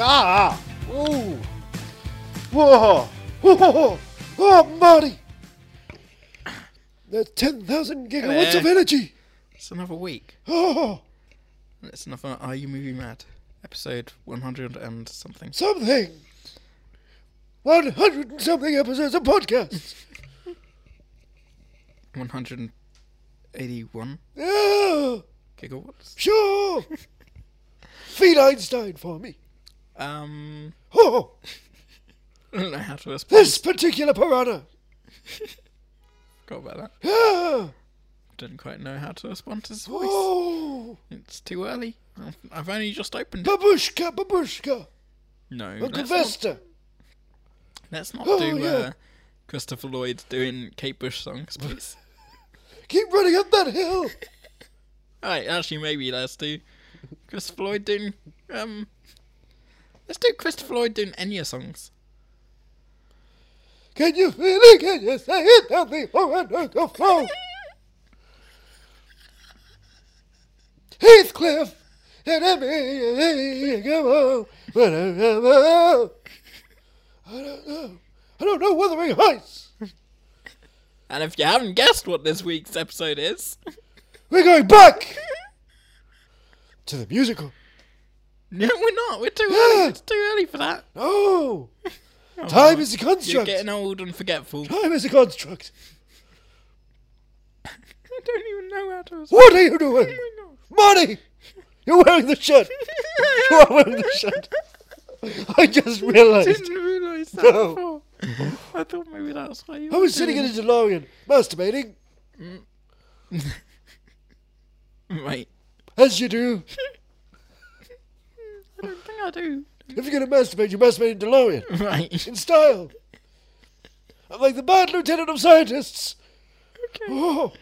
Ah! Ooh! Whoa! Whoa! Oh, Marty! That's 10,000 gigawatts of Hello. energy! It's another week. Oh! It's another Are You Movie Mad? Episode 100 and something. Something! 100 and something episodes of podcast! 181 Yeah! Oh, gigawatts. Sure! Feed Einstein for me! Um, Oh! I don't know how to respond. This particular piranha! Forgot about that. Ah! Don't quite know how to respond to his voice. Oh! It's too early. I've- I've only just opened it. Babushka, babushka! No, Uncle let's not, Vesta! let's not Oh, do yeah. uh, Christopher Lloyd doing Kate Bush songs, please. Keep running up that hill! Alright, actually, maybe let's do Christopher Lloyd doing. Um, let's do Christopher Lloyd doing Enya songs. Can you feel it? Can you say it? Tell me for an echo flow. Heathcliff and Emmy, come on. but I don't know. I don't know. I don't know Wuthering Heights. And if you haven't guessed what this week's episode is, We're going back to the musical. no, we're not. We're too Yeah. early. It's too early for that. No. Time is a Oh, You're construct. getting old and forgetful. Time is a construct. I don't even know how to respond. What are you doing? Marty! You're wearing the shirt. You are wearing the shirt. I just realised. didn't realise that No. before. I thought maybe that's why you. I was sitting in a DeLorean, masturbating, Right. as you do. I don't think I do. If you're going to masturbate, you masturbate in DeLorean, Right. in style. I'm like the bad lieutenant of scientists. Okay. Oh,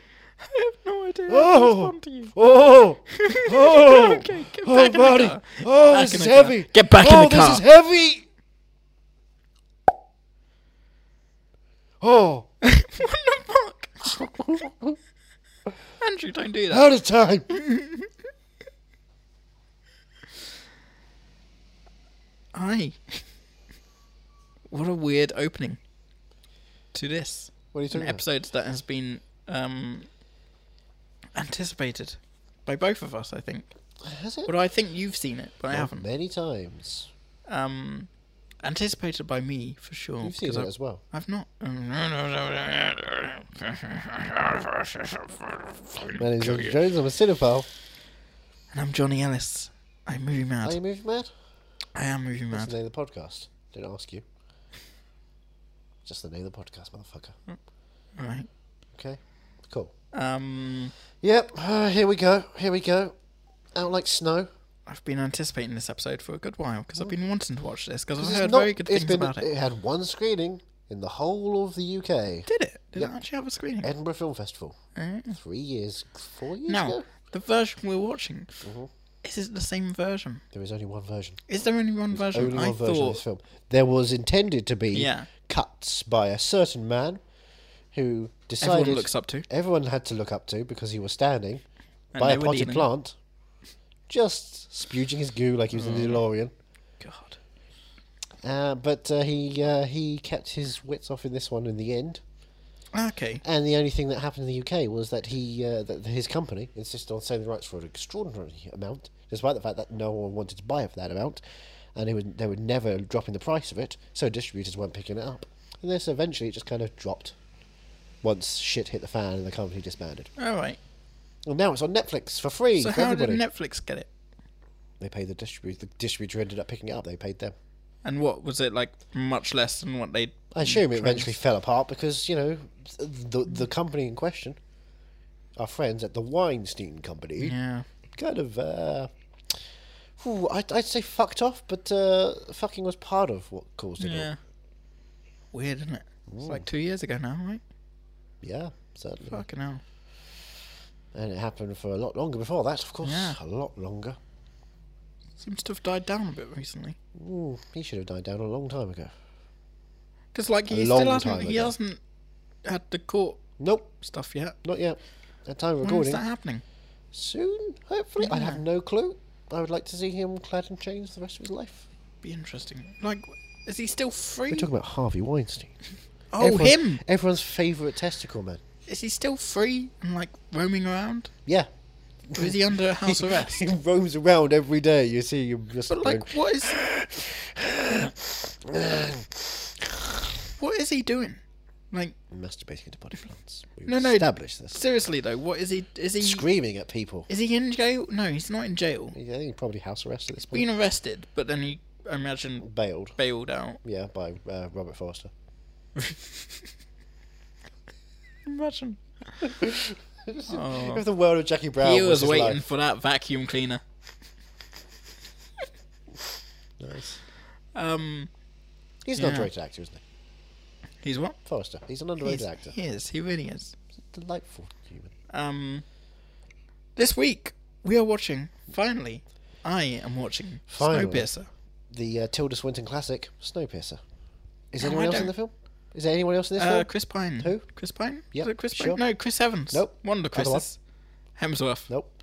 I have no idea how to Oh. respond to you. oh, oh. okay, get back Oh, in the Marty. car. Oh, Back this in is the car. heavy. Get back in oh, the this car. is heavy. Oh, what the fuck? Andrew, don't do that. out of time. Aye. What a weird opening to this. What are you An talking about? episode that has been um, anticipated by both of us, I think. Has it? But I think you've seen it, but I haven't. Many times. Um, anticipated by me, for sure. You've seen 'cause it I've- as well. I've not. My name's Kill you. Andrew Jones. I'm a cinephile. And I'm Johnny Ellis. I'm movie mad. Are you movie mad? I am movie That's mad. the name of the podcast. Didn't ask you. Just the name of the podcast, motherfucker. Right. Okay, cool. Um, Yep, uh, here we go. Here we go. Out like snow. I've been anticipating this episode for a good while because I've been wanting to watch this because I've It's heard not- very good it's things been- about it. had one screening in the whole of the UK. Did it? Did Yeah. it actually have a screening? Edinburgh Film Festival. Eh. Three years, four years Now, ago. the version we're watching, Mm-hmm. is it the same version? There is only one version. Is there only one version? Only I one version of thought. this film. There was intended to be Yeah. cuts by a certain man who decided Everyone looks up to. everyone had to look up to because he was standing And by they a were potted kneeling. plant, just spewing his goo like he was in Mm. the DeLorean. God. Uh, but uh, he uh, he kept his wits off in this one in the end. Okay. And the only thing that happened in the UK was that he uh, that his company insisted on selling the rights for an extraordinary amount, despite the fact that no one wanted to buy it for that amount, and they would they would never dropping the price of it, so distributors weren't picking it up. And this eventually it just kind of dropped. Once shit hit the fan and the company disbanded. All right. And now it's on Netflix for free So for how everybody. did Netflix get it? they paid the distributor. The distributor ended up picking it up. They paid them. And what was it like? Much less than what they. I assume it eventually fell apart because you know the the company in question, our friends at the Weinstein Company, Yeah. kind of. Uh, ooh, I'd, I'd say fucked off, but uh, fucking was part of what caused it. all. Yeah. Weird, isn't it? It's like two years ago now, right? yeah, certainly. Fucking hell. And it happened for a lot longer before that, of course, Yeah. a lot longer. Seems to have died down a bit recently. Ooh, he should have died down a long time ago. Because like A he long still hasn't. time He ago. hasn't had the court Nope, stuff yet. not yet. At time of When is recording, that happening? soon, hopefully. I have Yeah. no clue. I would like to see him clad in chains the rest of his life. Be interesting. Like, is he still free? We're talking about Harvey Weinstein. oh, Everyone- him! Everyone's favourite testicle man. Is he still free and like roaming around? Yeah. Or is he under house arrest? He roams around every day. You see him just But going, like, what is? what is he doing? Like, masturbating to body plants. We've No, no. established this. seriously though, what is he? Is he? Screaming at people. Is he in jail? No, he's not in jail. I think he's probably house arrest at this point. Been arrested, but then he, I imagine, Bailed. bailed out. Yeah, by uh, Robert Forster. Imagine. If the world of Jackie Brown Oh. He was, was his waiting life. for that vacuum cleaner. Nice. Um, He's Yeah. an underrated actor, isn't he? he's what? Forster. He's an He's, underrated actor. he is. He really is. He's a delightful human. Um, this week we are watching. Finally, I am watching Finally. Snowpiercer. The uh, Tilda Swinton classic, Snowpiercer. Is No, anyone I else in don't- the film? Is there anyone else in this Uh, film? Chris Pine. Who? Chris Pine. Yep, Is it Chris sure. Pine? No, Chris Evans. Nope. One of the Other one. Chris's. Hemsworth. Nope.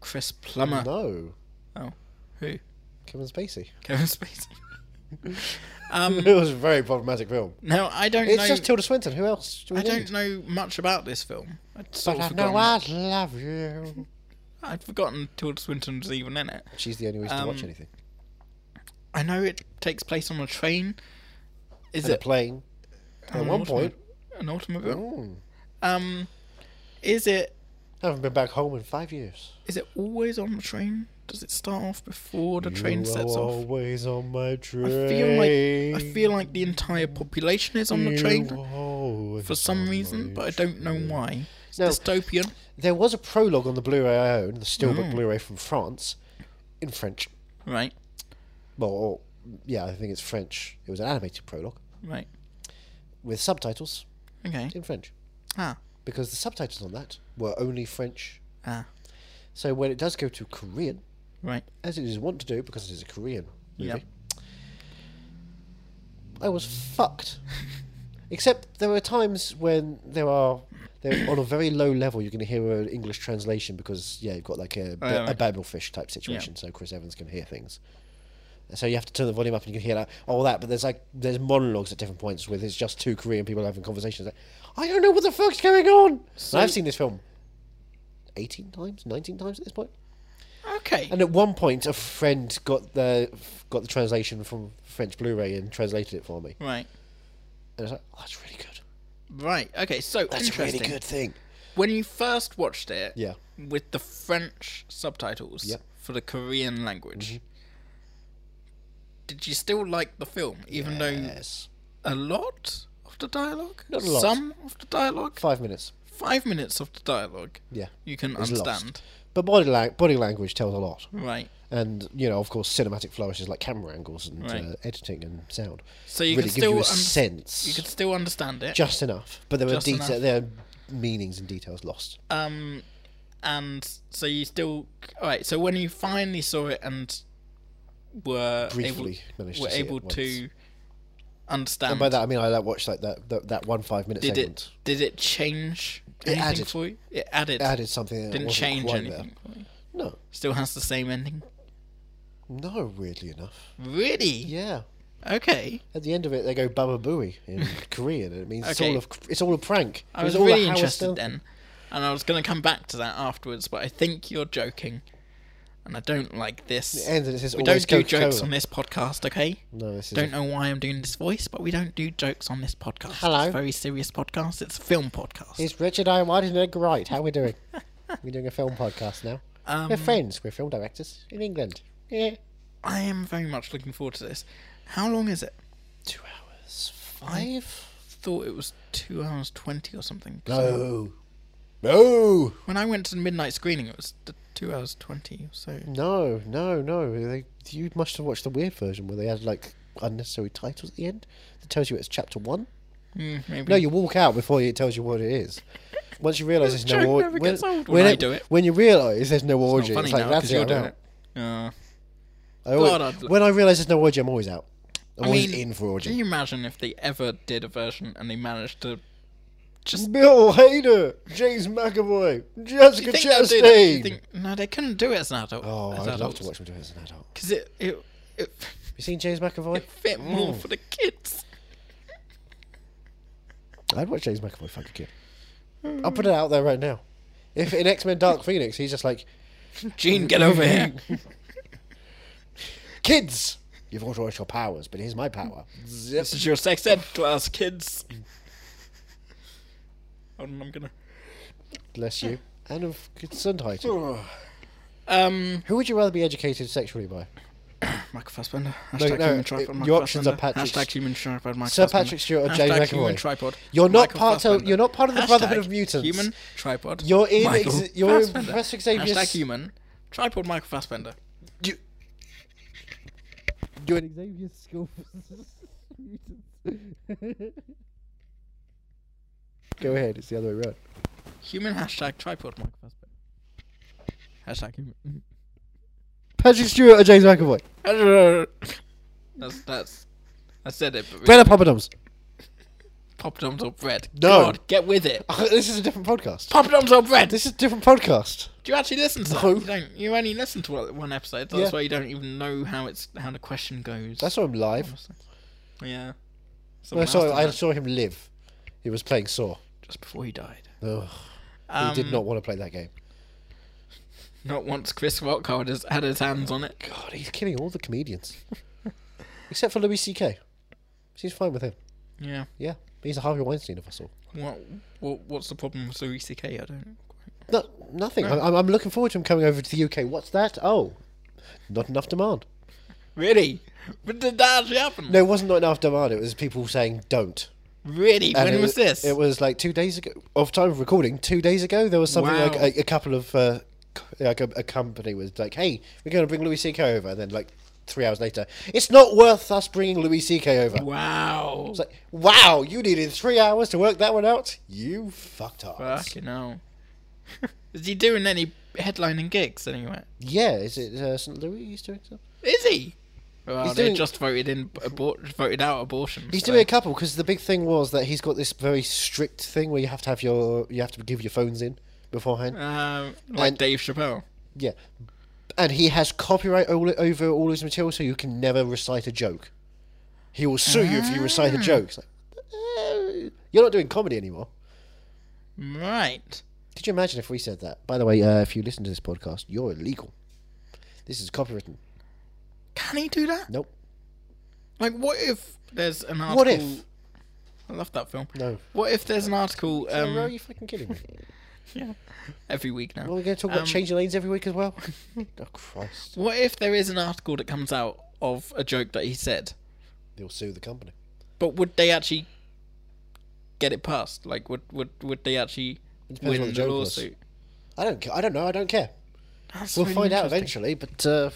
Chris Plummer. No. Oh, who? Kevin Spacey. Kevin Spacey. it was a very problematic film. No, I don't It's know. just Tilda Swinton. Who else do we I don't need? know much about this film. I'd sort But of I forgotten. know I love you. I'd forgotten Tilda Swinton was even in it. She's the only reason to watch Um, anything. I know it takes place on a train. Is And a it plane. At an one automo- point, an automobile? Mm. Um, is it haven't been back home in five years. is it always on a train? Does it start off before the train You sets are off? always on my I train. feel like I feel like the entire population is on the train for some reason, but I don't know why. It's No. dystopian. There was a prologue on the Blu-ray I own, the Hmm. Steelbook Blu-ray from France, in French. Right, Well, or, yeah, I think it's French. It was an animated prologue right. with subtitles Okay. in French Ah. because the subtitles on that were only French. Ah. So when it does go to Korean, Right. as it is wont to do because it is a Korean movie, Yep. I was fucked. Except there are times when there are there on a very low level you're going to hear an English translation because yeah you've got like a, Oh, yeah, a right. babelfish type situation so Chris Evans can hear things. So you have to turn the volume up and you can hear like all that, but there's like there's monologues at different points where there's just two Korean people having conversations. Like, I don't know what the fuck's going on. And I've seen this film eighteen times, nineteen times at this point. Okay. And at one point, a friend got the got the translation from French Blu-ray and translated it for me. Right. And I was like, oh, "That's really good. Right. Okay. So That's a really interesting. good thing." When you first watched it, Yeah. with the French subtitles Yep. Mm-hmm. for the Korean language, did you still like the film, even Mm. Yes. though a lot of the dialogue, Not a lot. some of the dialogue, Five minutes. five minutes of the dialogue, Yeah. you can Is lost. understand. But body lang- body language tells a lot, Right. and you know, of course, cinematic flourishes like camera angles and Right. uh, editing and sound So you really can gives still you a un- sense, you could still understand it. just enough. But there are Just enough. detail, there are meanings and details lost. Um, and so you still all right. So when you finally saw it and were Briefly able, managed to were see it able to understand By that I mean I like, watched like that, that that one five minute did segment. it did it change It anything added. for you? It added. added something that Didn't wasn't change quite anything. for you. There. No, Still has the same ending. no, weirdly enough. Really? Yeah. Okay. At the end of it, they go "baba booey" in Korean, and it means it's Okay. all a, it's all a prank. I It was, all a really Howard interested Stern- then, and I was going to come back to that afterwards, but I think you're joking, and I don't like this. It ends and it says we always don't do Coca-Cola. jokes on this podcast, okay? No, this is Don't know why I'm doing this voice, but we don't do jokes on this podcast. Hello. It's a very serious podcast. It's a film podcast. it's Richard I. White and Edgar Wright. How are we doing? we're doing a film podcast now. Um, we're friends. We're film directors in England. Yeah. I am very much looking forward to this. How long is it? Two hours five. Thought it was two hours twenty or something. No. No. When I went to the midnight screening, it was the two hours twenty or so. Mm. No. No. No. They, you must have watched the weird version where they had like unnecessary titles at the end that tells you it's chapter one. Mm, maybe. No, you walk out before it tells you what it is. Once you realise there's no joke order, never when, gets old when when I it- do it. when you realise there's no Not orgy, funny it's like now that's because you're it, I'm doing out. it. Uh, I always- God, I'd- when I realise there's no orgy, I'm always out. I I was mean, in for Can orgy. you imagine if they ever did a version and they managed to? Bill Hader, James McAvoy, Jessica think they'll do that? Do you think- no, they couldn't do it as an adult. Oh, as I'd love adults. to watch him do it as an adult. because it it it You seen James McAvoy? fit more for the kids. I'd watch James McAvoy fuck a kid. I'll put it out there right now. If in X Men Dark Phoenix, he's just like, Gene, get over here. kids, you've authorized your powers, but here's my power. Zip. This is your sex ed class, kids. Hold on, I'm gonna. Bless you. And of Gesundheit. Um, Who would you rather be educated sexually by? Michael Fassbender. No, Hashtag no, human tripod. it- Michael your options are Fassbender. Patrick- Hashtag human tripod. Michael Sir Fassbender. Patrick Stewart or Hashtag Jamie human McAvoy. tripod. You're not Michael part of- Fassbender. you're not part of the Hashtag Brotherhood of Mutants. Human tripod. You're in Michael ex- you're in Fassbender. Professor Xavier's- Hashtag human tripod. Michael Fassbender. You. You're an Xavier School. Go ahead, it's the other way around. Human hashtag tripod. Michael Fassbender. Hashtag human. Patrick Stewart or James McAvoy? that's that's. I said it, but Bread or Papadums? poppadoms or bread. No. God, get with it. Uh, This is a different podcast. Poppadoms or bread. This is a different podcast. Do you actually listen to No. that? You don't. You only listen to one- one episode. That's Yeah. why you don't even know how it's how the question goes. I saw him live. yeah. I Someone saw, else did I that saw him live. He was playing Saw. just before he died. Ugh, Um, he did not want to play that game. Not once Chris Rock had his, had his hands on it. God, he's killing all the comedians. Except for Louis C.K. She's fine with him. Yeah. Yeah, he's the Harvey Weinstein of us all. What, what what's the problem with Louis C.K.? I don't. No, nothing. I- I'm, I'm looking forward to him coming over to the UK. What's that? Oh, not enough demand. Really? But did that actually happen? No, it wasn't not enough demand. It was people saying don't. Really? And when it was this? It was like two days ago. Of time of recording, two days ago, there was something Wow. like a, a couple of uh, c- like a, a company was like, "Hey, we're going to bring Louis C.K. over," and then like three hours later, it's not worth us bringing Louis C.K. over. Wow. It's like, wow, you needed three hours to work that one out. You fucked up. Fucking hell. Is he doing any headlining gigs anyway? Yeah, is it uh, St. Louis he's doing something? Is he? Well, He's they doing- just voted in abort, voted out abortion. He's doing a couple because the big thing was that he's got this very strict thing where you have to have your you have to give your phones in beforehand. um, like and- Dave Chappelle. Yeah, and he has copyright all, over all his material, so you can never recite a joke. He will sue you if you recite a joke. It's like, "Eh, you're not doing comedy anymore. Right. Could you imagine if we said that? By the way, uh, if you listen to this podcast, you're illegal. This is copywritten. Can he do that? Nope. Like, what if there's an article? What if? I love that film. No. What if there's an article Um, are um, you fucking kidding me? yeah, every week now? Are we going to talk about Um, changing lanes every week as well? oh Christ! What if there is an article that comes out of a joke that he said? They'll sue the company. But would they actually get it passed? Like, would would would they actually depends win what the the, joke was. lawsuit? I don't. ca- I don't know. I don't care. That's We'll really find out interesting. eventually, but uh,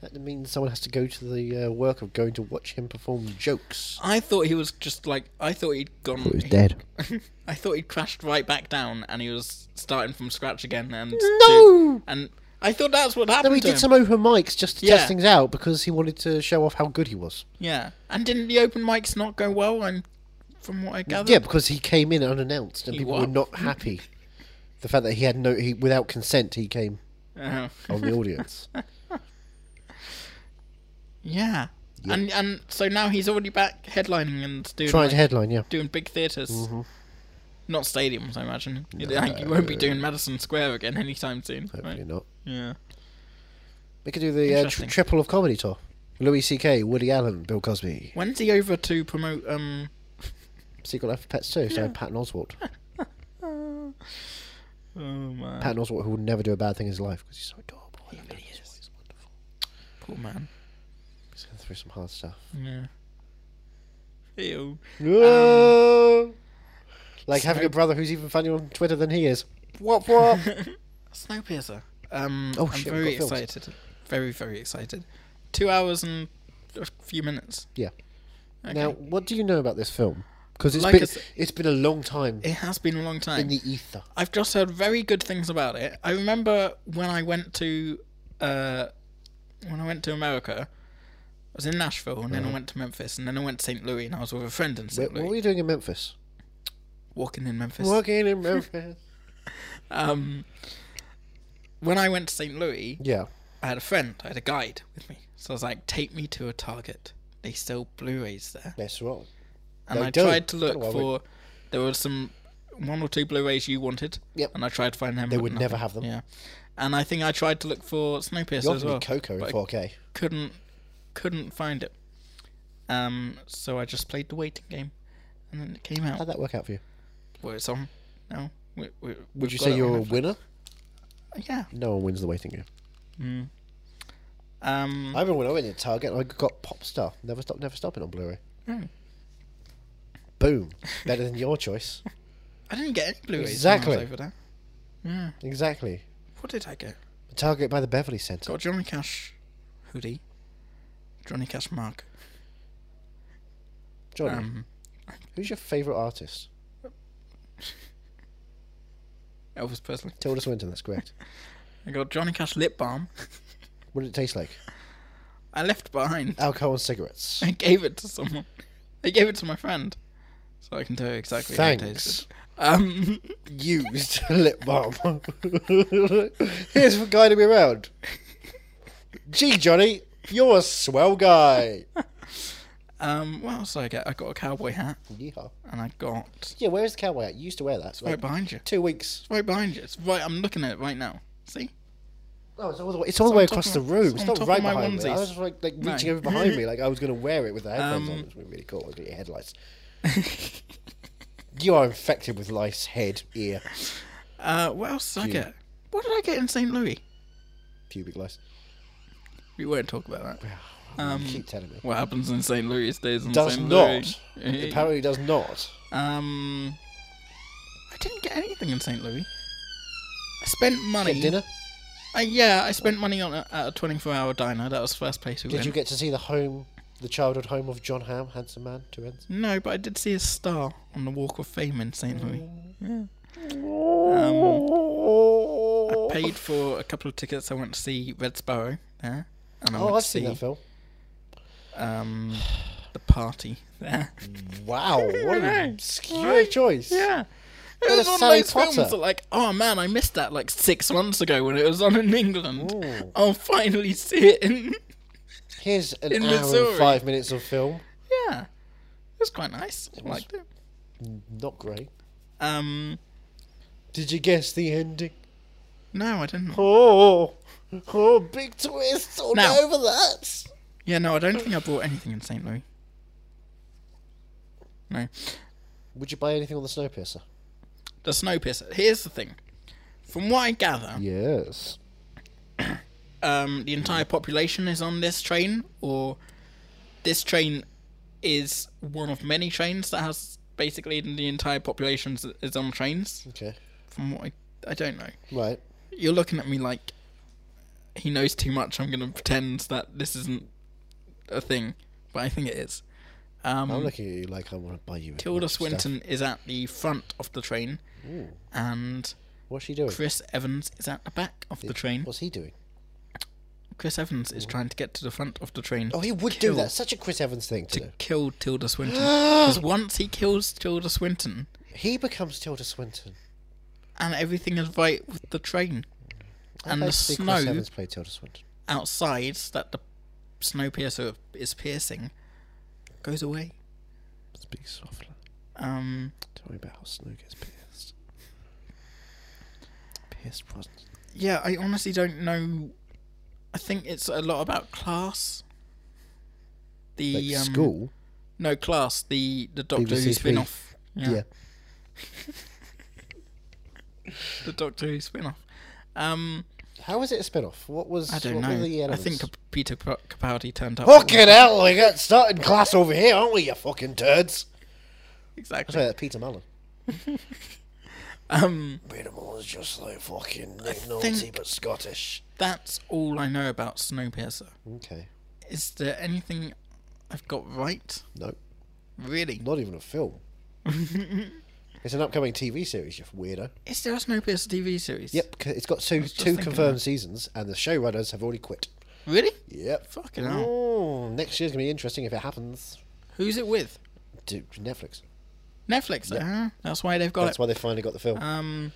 that means someone has to go to the uh, work of going to watch him perform jokes. I thought he was just like I thought he'd gone. He was dead. I thought he crashed right back down and he was starting from scratch again. And No! did- and I thought that's what happened. No, he to did him. some open mics just to Yeah. test things out because he wanted to show off how good he was. Yeah, and didn't the open mics not go well? I'm from what I gather. Yeah, because he came in unannounced and He people what? were not happy. the fact that he had no, he without consent, he came Uh, on the audience. yeah. And and so now he's already back headlining and doing Trying like, to Mm-hmm. headline, yeah. doing big theaters Not stadiums, I imagine. You think you won't be doing Madison Square again anytime soon, Hopefully right? not. Yeah. We could do the uh, tr- Interesting. triple of comedy tour. Louis C.K., Woody Allen, Bill Cosby. When's he over to promote? Um, Secret Life of Pets too. So Patton Oswalt. oh man, Patton Oswalt, who will never do a bad thing in his life because he's so adorable. I love his voice. He's wonderful. poor man. He's going through some hard stuff. Yeah. Ew. Um, like having a brother who's even funnier on Twitter than he is. What? What? Snowpiercer. Um, Oh, I'm shit, very we've got films. excited. Very very excited. Two hours and a few minutes. yeah. Okay. Now, what do you know about this film? Because it's Like I been s- it's been a long time it has been a long time. in the ether. I've just heard very good things about it. I remember when I went to uh, when I went to America, was in Nashville, and then I went to Memphis, and then I went to St. Louis, and I was with a friend in Wait, St. what Louis. Uh-huh. were you doing in Memphis? Walking in Memphis. Working in Memphis. Um, when I went to St. Louis, yeah. I had a friend, I had a guide with me. So I was like, take me to a Target. They sell Blu-rays there. That's right. And They I do. Oh, tried to Don't look worry. for, there were some, one or two Blu-rays you wanted. Yep. And I tried to find them. They but would nothing. never have them. Yeah. And I think I tried to look for Snowpiercer You offered as well. me Coco in but I 4K. couldn't couldn't find it. Um, so I just played the waiting game, and then it came out. How'd that work out for you? Well, it's on now. We, we, Would you say you're a winner? yeah. No one wins the waiting game. Hmm. Um, I remember when I went to Target and I got Popstar. Never stop, never stopping on Blu-ray. Boom. Better than your choice. I didn't get any Blu-rays Exactly. when I was over there. Exactly. What did I get? Target by the Beverly Centre. Got Johnny Cash hoodie, Johnny Cash mug. Johnny, Um, who's your favourite artist? Elvis Presley. Tilda Swinton, that's correct. I got Johnny Cash lip balm. what did it taste like? I left behind. Alcohol and cigarettes. I gave it to someone. I gave it to my friend, so I can tell you exactly. how it tasted. Thanks. Um. Used lip balm. Here's for guiding me around. Gee, Johnny, you're a swell guy. Um, what else did I get? I got a cowboy hat, Yeehaw. and I got Yeah, where is the cowboy at? You used to wear that. right Like, behind you. two weeks. It's right behind you. It's right. I'm looking at it right now. See? No, Oh, it's all the way, it's all the way top across of the my- room. it's It's on not top of right my behind me. I onesies. was like, like No. reaching over behind me, like I was going to wear it with the headphones on. Um, It was really cool. Look at your headlights. you are infected with lice, head, ear, Uh, what else did I get? What did I get in St. Louis? pubic lice. We won't talk about that. Um, you keep telling me. What happens in St. Louis stays in Does St. not. Louis. It apparently does not. um, I didn't get anything in St. Louis. I spent money. At dinner? I, yeah, I spent money on a, at a 24-hour diner. That was the first place we Did went. you get to see the home, the childhood home of John Hamm, handsome man, two ends? No, but I did see a star on the Walk of Fame in St. Louis. Um, oh, paid for a couple of tickets. I went to see Red Sparrow there, and I went Oh, I've to seen see that film. um, the party there. Wow, what know, an obscure choice. Yeah, it What was a one Sally of those films Potter. that, like, oh man, I missed that like six months ago when it was on in England. I'll finally see it. In... Here's an In hour Missouri. and five minutes of film. Yeah, it was quite nice. I liked it. Not great. Um, Did you guess the ending? no, I didn't. Oh, oh, big twist all Now- over that. Yeah, no, I don't think I bought anything in St. Louis. No. Would you buy anything on the Snowpiercer? The Snowpiercer. Here's the thing. From what I gather, Yes. um, the entire population is on this train, or this train is one of many trains that has basically the entire population is- is on trains. Okay. From what I, I don't know, Right. you're looking at me like he knows too much. I'm gonna pretend that this isn't a thing, but I think it is. I'm Um, looking at you like I want to buy you. a Tilda bunch of Oh, stuff. Swinton is at the front of the train, and What's she doing? Chris Evans is at the back of the train. What's he doing? Chris Evans is trying to get to the front of the train. Oh, he would do that. Such a Chris Evans thing to do. kill Tilda Swinton. Because once he kills Tilda Swinton, He becomes Tilda Swinton. and everything is right with the train, and I'd the like to see Chris snow Evans play Tilda Swinton. outside that the snow piercer is piercing goes away. Speak softly. Um, Tell me about how snow gets pierced. Pierced once. yeah, I honestly don't know. I think it's a lot about class. The Like um, school. no class. The the Doctor BBC Who Three. spin-off. Yeah. the Doctor Who spin-off. Um, How was it a spin-off? What was? I don't what Were the know. I elements? think Peter P- Capaldi turned up. Fucking hell, we got starting class over here, aren't we, you fucking turds? Exactly. Sorry, that's Peter Mullen. Um, Peter Mullen's just like fucking naughty think- but Scottish. that's all I know about Snowpiercer. Okay. Is there anything I've got right? No, Really? not even a film. it's an upcoming TV series, you weirdo. Is there a Snowpiercer TV series? Yep, c- it's got two, just two thinking confirmed seasons, and the showrunners have already quit. Really? Yep. Fucking hell. Oh, next year's gonna be interesting if it happens. Who's it with? Dude, Netflix. Netflix. uh-huh. That's why they've got That's it. why they finally got the film. Um,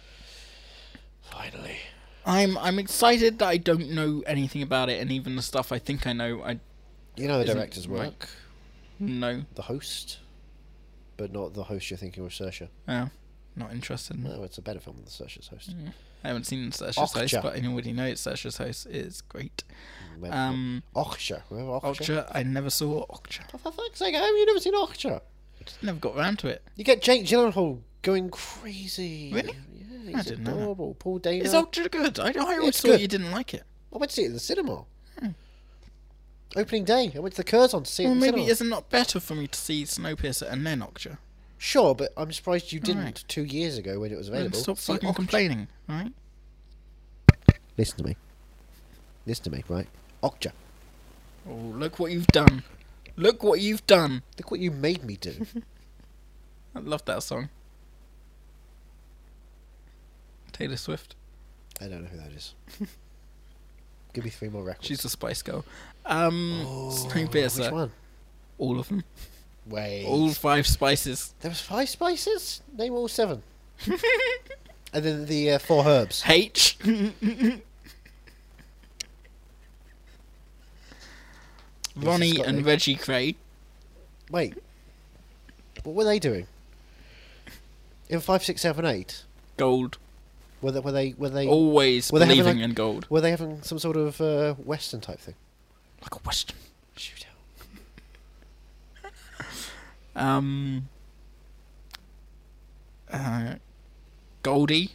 finally. I'm I'm excited that I don't know anything about it, and even the stuff I think I know, I You know the isn't director's work. right. No, The host, but not the host you're thinking of, Saoirse. oh, not interested. In it. No, Oh, it's a better film than Saoirse's host. I haven't seen Saoirse's House, Okja. but I already know it's Saoirse's House is great. Maybe. Um, Okja. Remember Okja? Okja, I never saw Okja. Oh, For fuck's sake, how have you never seen Okja? Just never got round to it. You get Jake Gyllenhaal going crazy. Really? Yeah, he's didn't know that. adorable. Paul Dano. Is Okja good? I, I always It's thought good. you didn't like it. I went to see it in the cinema. Opening day. I went to the Curzon to see it Hmm. Well, in the maybe cinema. is not better for me to see Snowpiercer and then Okja? Sure, but I'm surprised you didn't Alright. two years ago when it was Then available. stop See fucking Okja. complaining, right? Listen to me. Listen to me, right? Okja. Oh, look what you've done. Look what you've done. Look what you made me do. I love that song. Taylor Swift. I don't know who that is. Give me three more records. She's a Spice Girl. Um, Oh, Which Snowpiercer. one? All of them. Wait. All five spices. There was five spices. Name all seven. and then the uh, four herbs. H. Ronnie got and me. Reggie Cray. Wait. What were they doing? In five, six, seven, eight. Gold. Were they? Were they? Were they? Always Were they having, believing like- in gold. Were they having some sort of uh, Western type thing? Like a Western. Shootout. Um. Uh, Goldie.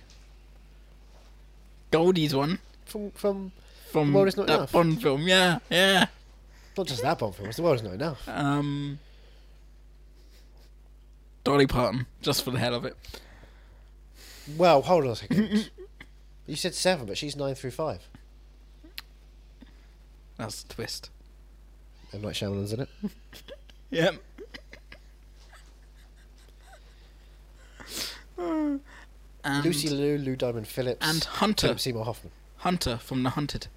Goldie's one From from from The World Is Not that Enough. Bond film. Yeah, yeah. not just that bomb film. It's the world is not enough. Um. Dolly Parton, just for the hell of it. Well, hold on a second. you said seven, but she's nine through five. That's the twist. And like Shyamalan's in it. Yep. and, Lucy Liu, Lou Diamond Phillips, and Hunter, Philip Seymour Hoffman. Hunter from The Hunted.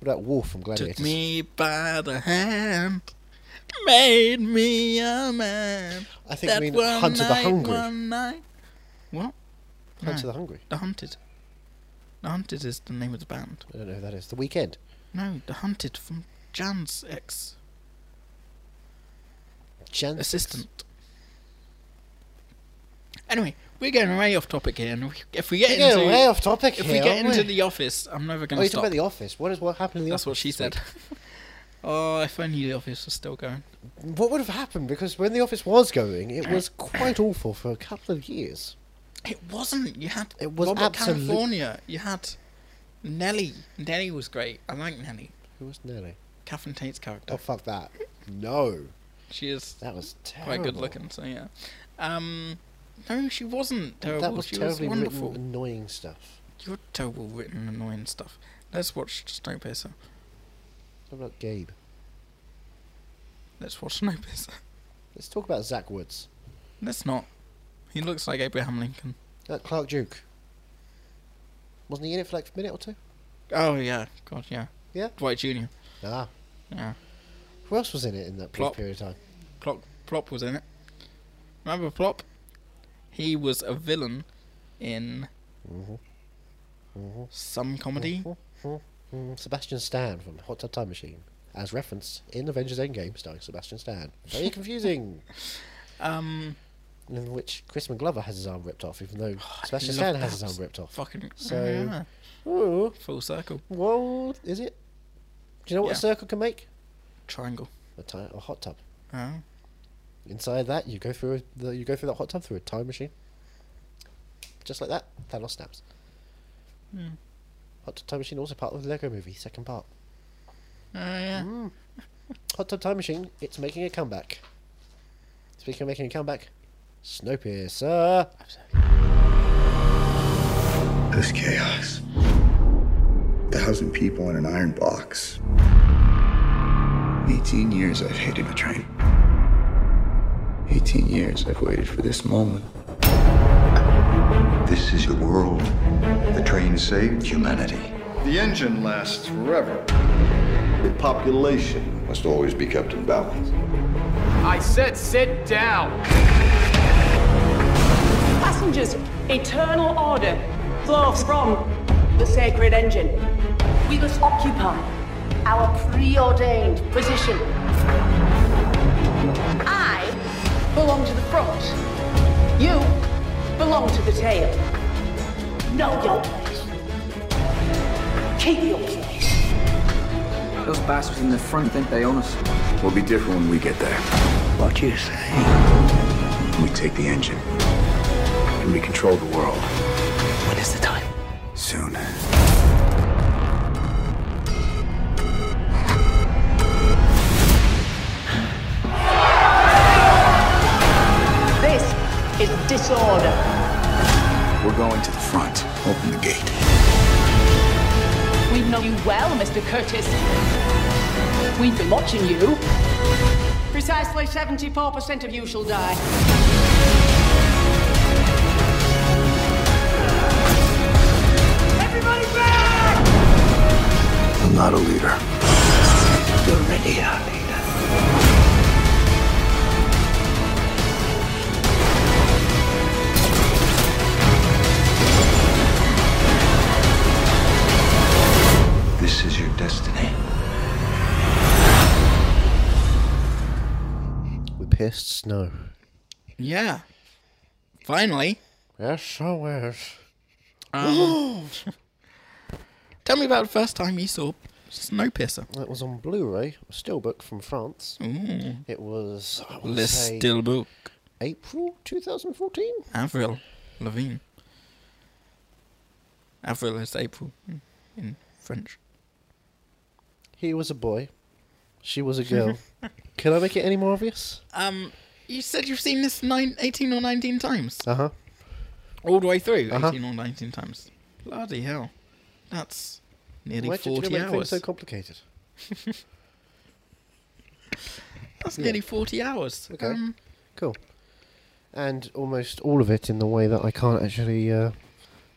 What about Wolf from Took Gladiators? me by the hand, made me a man. I think we mean Hunter the Hungry. one night. What? Hunter No, the Hungry. the Hunted. The Hunted is the name of the band. I don't know who that is. The Weekend. No, The Hunted from Jan's ex Jan- assistant. Anyway, we're getting way off topic here, and we- if we get We're getting into way off topic if here. we get aren't into we? the office, I'm never Oh, going you talking to stop. about the office. What is what happened in the That's what office? she this week? said. oh, if only the office was still going. What would have happened? Because when the office was going, it was quite awful for a couple of years. It wasn't. You had It was Robot absolute- California. You had Nelly. Nelly was great. I like Nelly. Who was Nelly? Catherine Tate's character. Oh fuck that! No, She is that was terrible. quite good looking. So yeah. Um, no, she wasn't terrible. That was she terribly was written, wonderful. annoying stuff. You're terrible written, annoying stuff. Let's watch Snowpiercer. What about Gabe? Let's watch Snowpiercer. Let's talk about Zach Woods. Let's not. He looks like Abraham Lincoln. That Uh, Clark Duke. Wasn't he in it for like a minute or two? Oh yeah, God yeah. Yeah. Dwight Junior. Ah, Yeah. who else was in it in that brief Plop. period of time? Plop Plop was in it. Remember Plop? He was a villain in Mm-hmm. some comedy. Mm, Sebastian Stan from Hot Tub Time Machine, as referenced in Avengers Endgame, starring Sebastian Stan. Very confusing. Um, in which Chris McGlover has his arm ripped off, even though Sebastian Oh, love Stan that. has his arm ripped off. fucking So- yeah, Ooh, full circle whoa, is it? Do you know what Yeah. a circle can make? triangle. A, ti- a hot tub. Oh. Inside that, you go through the you go through that hot tub through a time machine. Just like that, Thanos snaps. Hmm. Hot tub time machine also part of the Lego Movie second part. Oh yeah. Mm. Hot tub time machine, it's making a comeback. Speaking of making a comeback, Snowpiercer. There's chaos. A thousand people in an iron box. 18 years I've hated a train. 18 years I've waited for this moment. This is the world. The train saved humanity. The engine lasts forever. The population must always be kept in balance. I said sit down. Passengers, eternal order flows from the sacred engine. We must occupy our preordained position. I belong to the front. You belong to the tail. Know your place. Keep your place. Those bastards in the front think they own us. We'll be different when we get there. What you say? We take the engine. And we control the world. When is the time? Soon. This is disorder. We're going to the front. Open the gate. We know you well, Mr. Curtis. We've been watching you. Precisely 74% of you shall die. Everybody back! I'm not a leader. You're ready, our leader. This is your destiny. We pierced snow. Yeah. Finally. Yes, so is. Um, tell me about the first time you saw Snowpiercer. It was on Blu-ray, a steelbook from France. It was I wanna Let's say, still book. April 2014. Avril Lavigne. Avril is April in- in French. He was a boy, she was a girl. Can I make it any more obvious? Um, you said you've seen this nine, 18 or 19 times. Uh huh. All the way through, Uh-huh. 18 or 19 times. Bloody hell. That's nearly Why did you 40 make things hours. so complicated? That's nearly 40 hours. Okay. Um, Cool. And almost all of it in the way that I can't actually uh,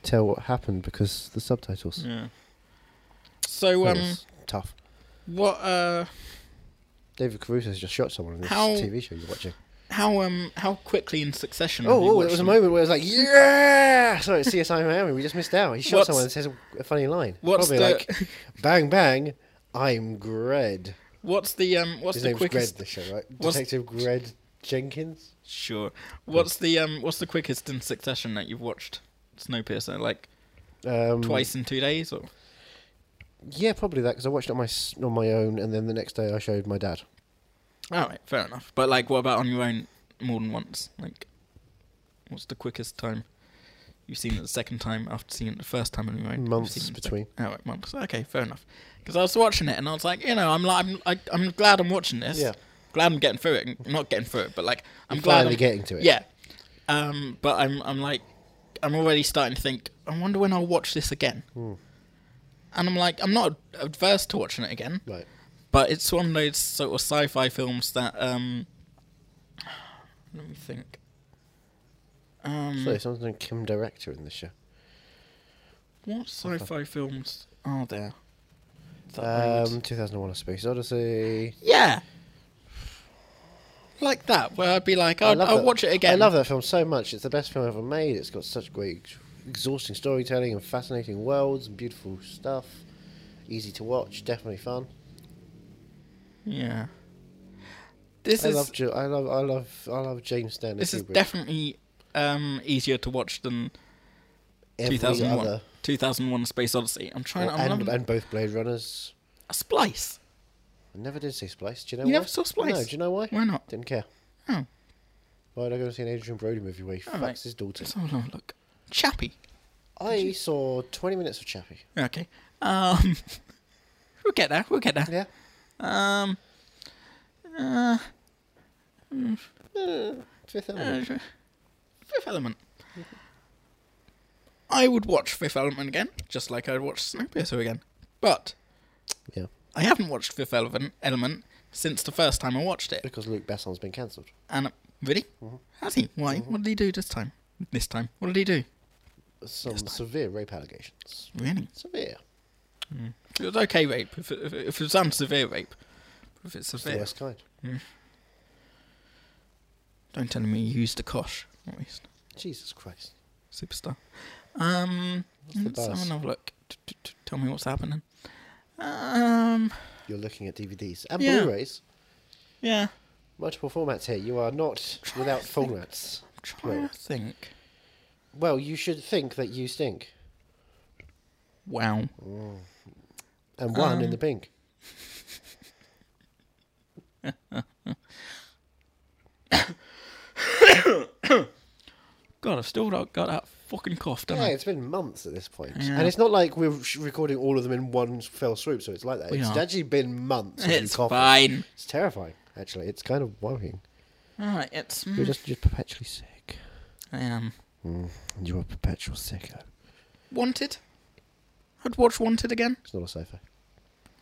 tell what happened because the subtitles. yeah. So, That um, was tough. what, uh, David Caruso's just shot someone in this How- TV show you're watching. how, um, how quickly in succession? have you Oh, oh there watched was a them? moment where it was like, yeah! Sorry, it's CSI Miami, we just missed out. He shot What's- someone and says a, a funny line. what's Probably the- like, bang, bang, I'm Gred. What's the, um, what's His the name's quickest? Gred, the show, right? what's- Detective Gred Jenkins? Sure. What's the, um, what's the quickest in succession that you've watched Snowpiercer? Like, Um, twice in two days or? Yeah, probably that, because I watched it on my, s- on my own, and then the next day I showed my dad. All right, fair enough. But like, what about on your own more than once? Like, what's the quickest time you've seen it the second time after seeing it the first time on your own? You've Months seen it the between. Sec- oh, right, months. Okay, fair enough. Because I was watching it and I was like, you know, I'm like, I'm, I, I'm glad I'm watching this. Yeah. Glad I'm getting through it. and- Not getting through it, but like, I'm You're glad finally I'm getting to it. Yeah. Um, but I'm, I'm like, I'm already starting to think. I wonder when I'll watch this again. Hmm. And I'm like, I'm not adverse to watching it again Right. but it's one of those sort of sci-fi films that um let me think So Mm. someone's doing Kim Director in this show. what sci-fi films are there that I would- Um, 2001 A Space Odyssey. yeah like that where i'd be like I i'll, love I'll that- watch it again I love that film so much. It's the best film ever made. It's got such great, ex- exhausting storytelling and fascinating worlds and beautiful stuff. Easy to watch, definitely fun. yeah this I is love, Ju- I love, I love, I love James Stanley. this is Kubrick. definitely um easier to watch than Every 2001 other- Oh, 2001 space odyssey i'm trying to I'm and, loving- and both Blade Runners. a splice I never did see Splice. Do you know You why? never saw Splice? No. Do you know why? Why not? Didn't care. Oh. Why did I go and see an Adrian Brody movie where he fucks right. his daughter? let's have a oh, look chappie I saw 20 minutes of Chappie. okay um we'll get there we'll get there Yeah. Um. uh, mm. Fifth Element. Hmm. Fifth Element. I would watch Fifth Element again, just like I'd watch Snowpiercer again. But Yeah. I haven't watched Fifth Element, Element since the first time I watched it. Because Luke Besson's been cancelled. And uh, really, has he? Why? What did he do this time? This time, what did he do? Some severe rape allegations. Really? Severe. It was okay rape. If it, if it- if it was unsevere rape, if it's The severe, worst kind. don't tell me you used the kosh. At least Jesus Christ. superstar. Um, the let's have buzz? another look. T- t- t- Tell me what's happening. Um, You're looking at DVDs and Yeah. Blu-rays. yeah. Multiple formats here. You are not without formats. Try to think. Well, you should think that you stink. Wow. And one Um, in the pink. God, I've still not got that fucking cough, don't Yeah, I? it's been months at this point. And it's not like we're sh- recording all of them in one fell swoop, so it's like that. We it's are. actually been months. of you It's coughing. fine. It's terrifying, actually. It's kind of worrying. Alright, it's. mm, You're just, just perpetually sick. I am. You're a perpetual sicko. Wanted? I'd watch Wanted again? It's not a sci-fi.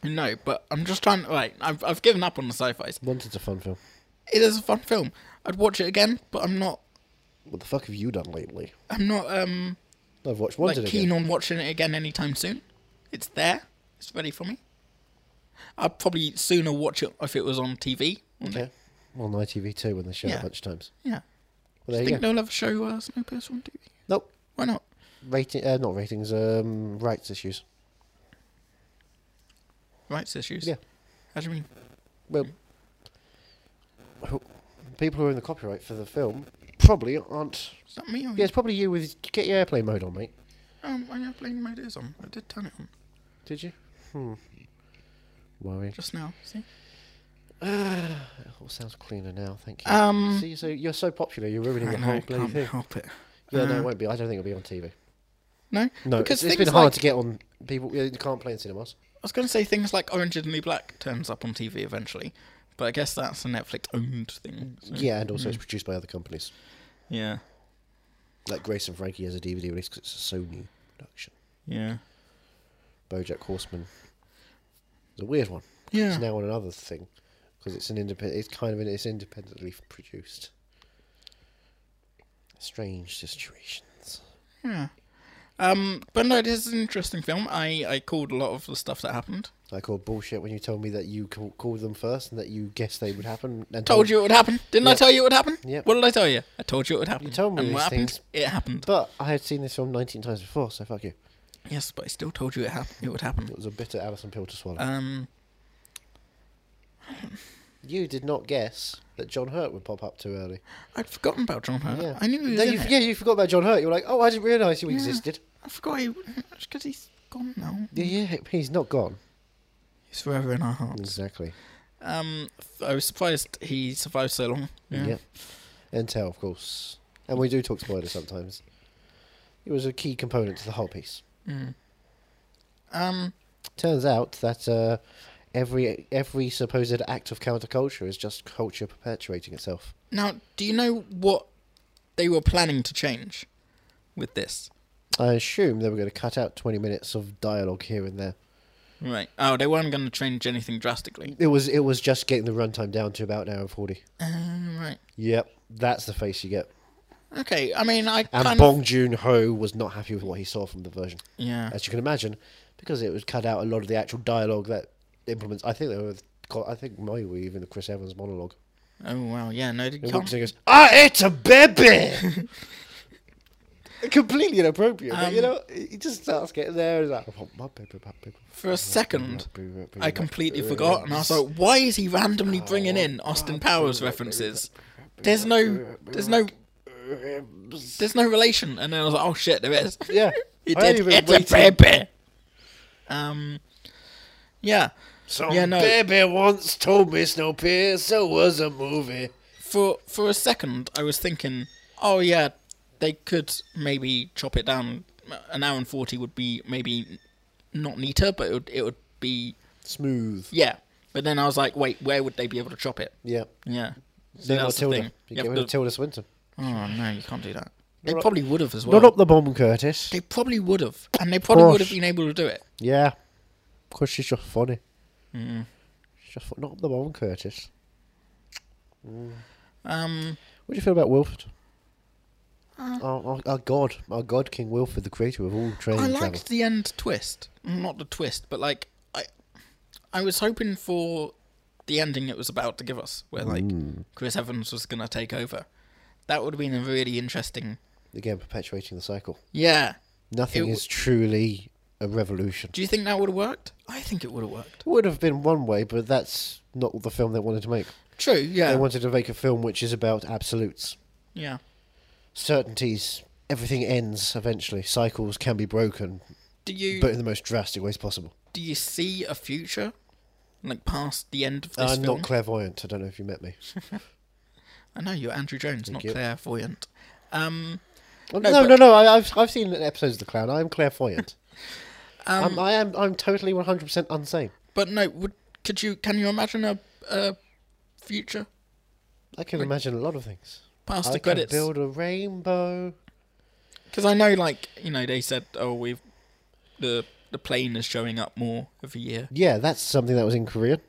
No, but I'm just trying. Right, I've, I've given up on the sci fis. Wanted's a fun film. It is a fun film. I'd watch it again, but I'm not. What the fuck have you done lately? I'm not um I've watched like Wanted keen again. on watching it again anytime soon. It's there. It's ready for me. I'd probably sooner watch it if it was on TV. wouldn't Yeah. it? On ITV too when they show it Yeah. a bunch of times. Yeah. Well, there I you think go. they'll ever show uh, Snowpiercer on TV. Nope. Why not? Rating, uh, not ratings. Um, rights issues. Rights issues. Yeah. How do you mean? Well, who- people who own the copyright for the film probably aren't. Is that me or Yeah, it's probably you with get your airplane mode on, mate. Um, I have playing my ears on. I did turn it on Did you? Hmm. Worrying. just now. See? It all sounds cleaner now. Thank you. Um, See, so you're so popular, you're ruining I the know, whole I bloody can't thing. help it. Yeah, no, it won't be. I don't think it'll be on TV. No, No, because it's, it's things been hard like, to get on. People you can't play in cinemas. I was going to say things like Orange is the New Black turns up on TV eventually, but I guess that's a Netflix-owned thing. so- Yeah, and also Mm-hmm. it's produced by other companies. Yeah. Like Grace and Frankie has a DVD release because it's a Sony production. Yeah. BoJack Horseman. It's a weird one. Yeah. It's now on another thing because it's an independent. It's kind of an, it's independently produced. Strange situations. Yeah. Um, but no, this is an interesting film. I, I called a lot of the stuff that happened. I called bullshit when you told me that you ca- called them first and that you guessed they would happen. And Told you it would happen. Didn't I Oh. Yeah. tell you it would happen? Yep. What did I tell you? I told you it would happen. told me and what these happened? things. It happened. But I had seen this film 19 times before, so fuck you. yes, but I still told you it happened. It would happen. It was a bitter Alison pill to swallow. Um, you did not guess that John Hurt would pop up too early. I'd forgotten about John Hurt. Yeah. I knew he was No, in you, it. Yeah, you forgot about John Hurt. You were like, oh, I didn't realise you existed. I forgot he because he's gone now. Yeah, yeah, he's not gone. He's forever in our hearts. Exactly. Um, I was surprised he survived so long. Yeah. Yep. And Tell, of course. And we do talk spoilers sometimes. It was a key component to the whole piece. Um, Turns out that uh, every every supposed act of counterculture is just culture perpetuating itself. now, do you know what they were planning to change with this? I assume they were going to cut out 20 minutes of dialogue here and there. Right. Oh, they weren't going to change anything drastically. It was it was just getting the runtime down to about an hour and 40. Uh, Right. Yep, that's the face you get. Okay. I mean, I And kind Bong of Joon Ho was not happy with what he saw from the version. Yeah. As you can imagine, because it was cut out a lot of the actual dialogue that implements. I think they were. co- I think my were even the Chris Evans monologue. Oh wow. Yeah. No. They He walks can't. in and goes, "I ate a baby." Completely inappropriate, but Um, you know, he just starts getting there. And he's like, "I want my baby, my baby." For a second, I completely forgot, and I was like, "Why is he Oh, randomly bringing in Austin Powers references?" There's no. There's no. There's no relation, and then I was like, "Oh shit, there is." Yeah, He I ain't did. even It's a waiting. baby. Um, yeah. Some Yeah, no. baby once told me Snowpiercer was a movie. For for a second, I was thinking, oh yeah, they could maybe chop it down. An hour and forty would be maybe not neater, but it would, it would be Smooth. yeah. But then I was like, wait, where would they be able to chop it? Yeah. Yeah. So Then that's the Matilda. thing. You, You get have rid of to- Tilda Swinton. Oh no, you can't do that. They probably would have as well. Not up the bomb, Curtis. They probably would have, and they probably would course. have been able to do it. Yeah. Because she's just funny. Mm. She's just fu- not up the bomb, Curtis. Um, What do you feel about Wilford? Our, our, our Oh, God, our God, King Wilfred, the creator of all train I travel. liked the end twist, not the twist, but like I, I was hoping for the ending it was about to give us, where like Mm. Chris Evans was gonna take over. That would have been a really interesting. Again, perpetuating the cycle. Yeah. Nothing It w- is truly a revolution. Do you think that would have worked? I think it would have worked. Would have been one way, but that's not the film they wanted to make. True. Yeah. They wanted to make a film which is about absolutes, yeah. certainties. Everything ends eventually. Cycles can be broken, Do you but in the most drastic ways possible. do you see a future, like past the end of this I'm film? not clairvoyant. I don't know if you met me. I know you're Andrew Jones, not you. clairvoyant. Um, Well, No, no, no, but- no. I, I've I've seen episodes of The Clown. I am clairvoyant. Um, I'm, I am I'm totally 100 percent unsane. but no, would could you can you imagine a, a future I can imagine a lot of things. past I the can credits? build a rainbow. Because I know, like you know, they said, oh, we've the the plane is showing up more every year. Yeah, that's something that was in Korea.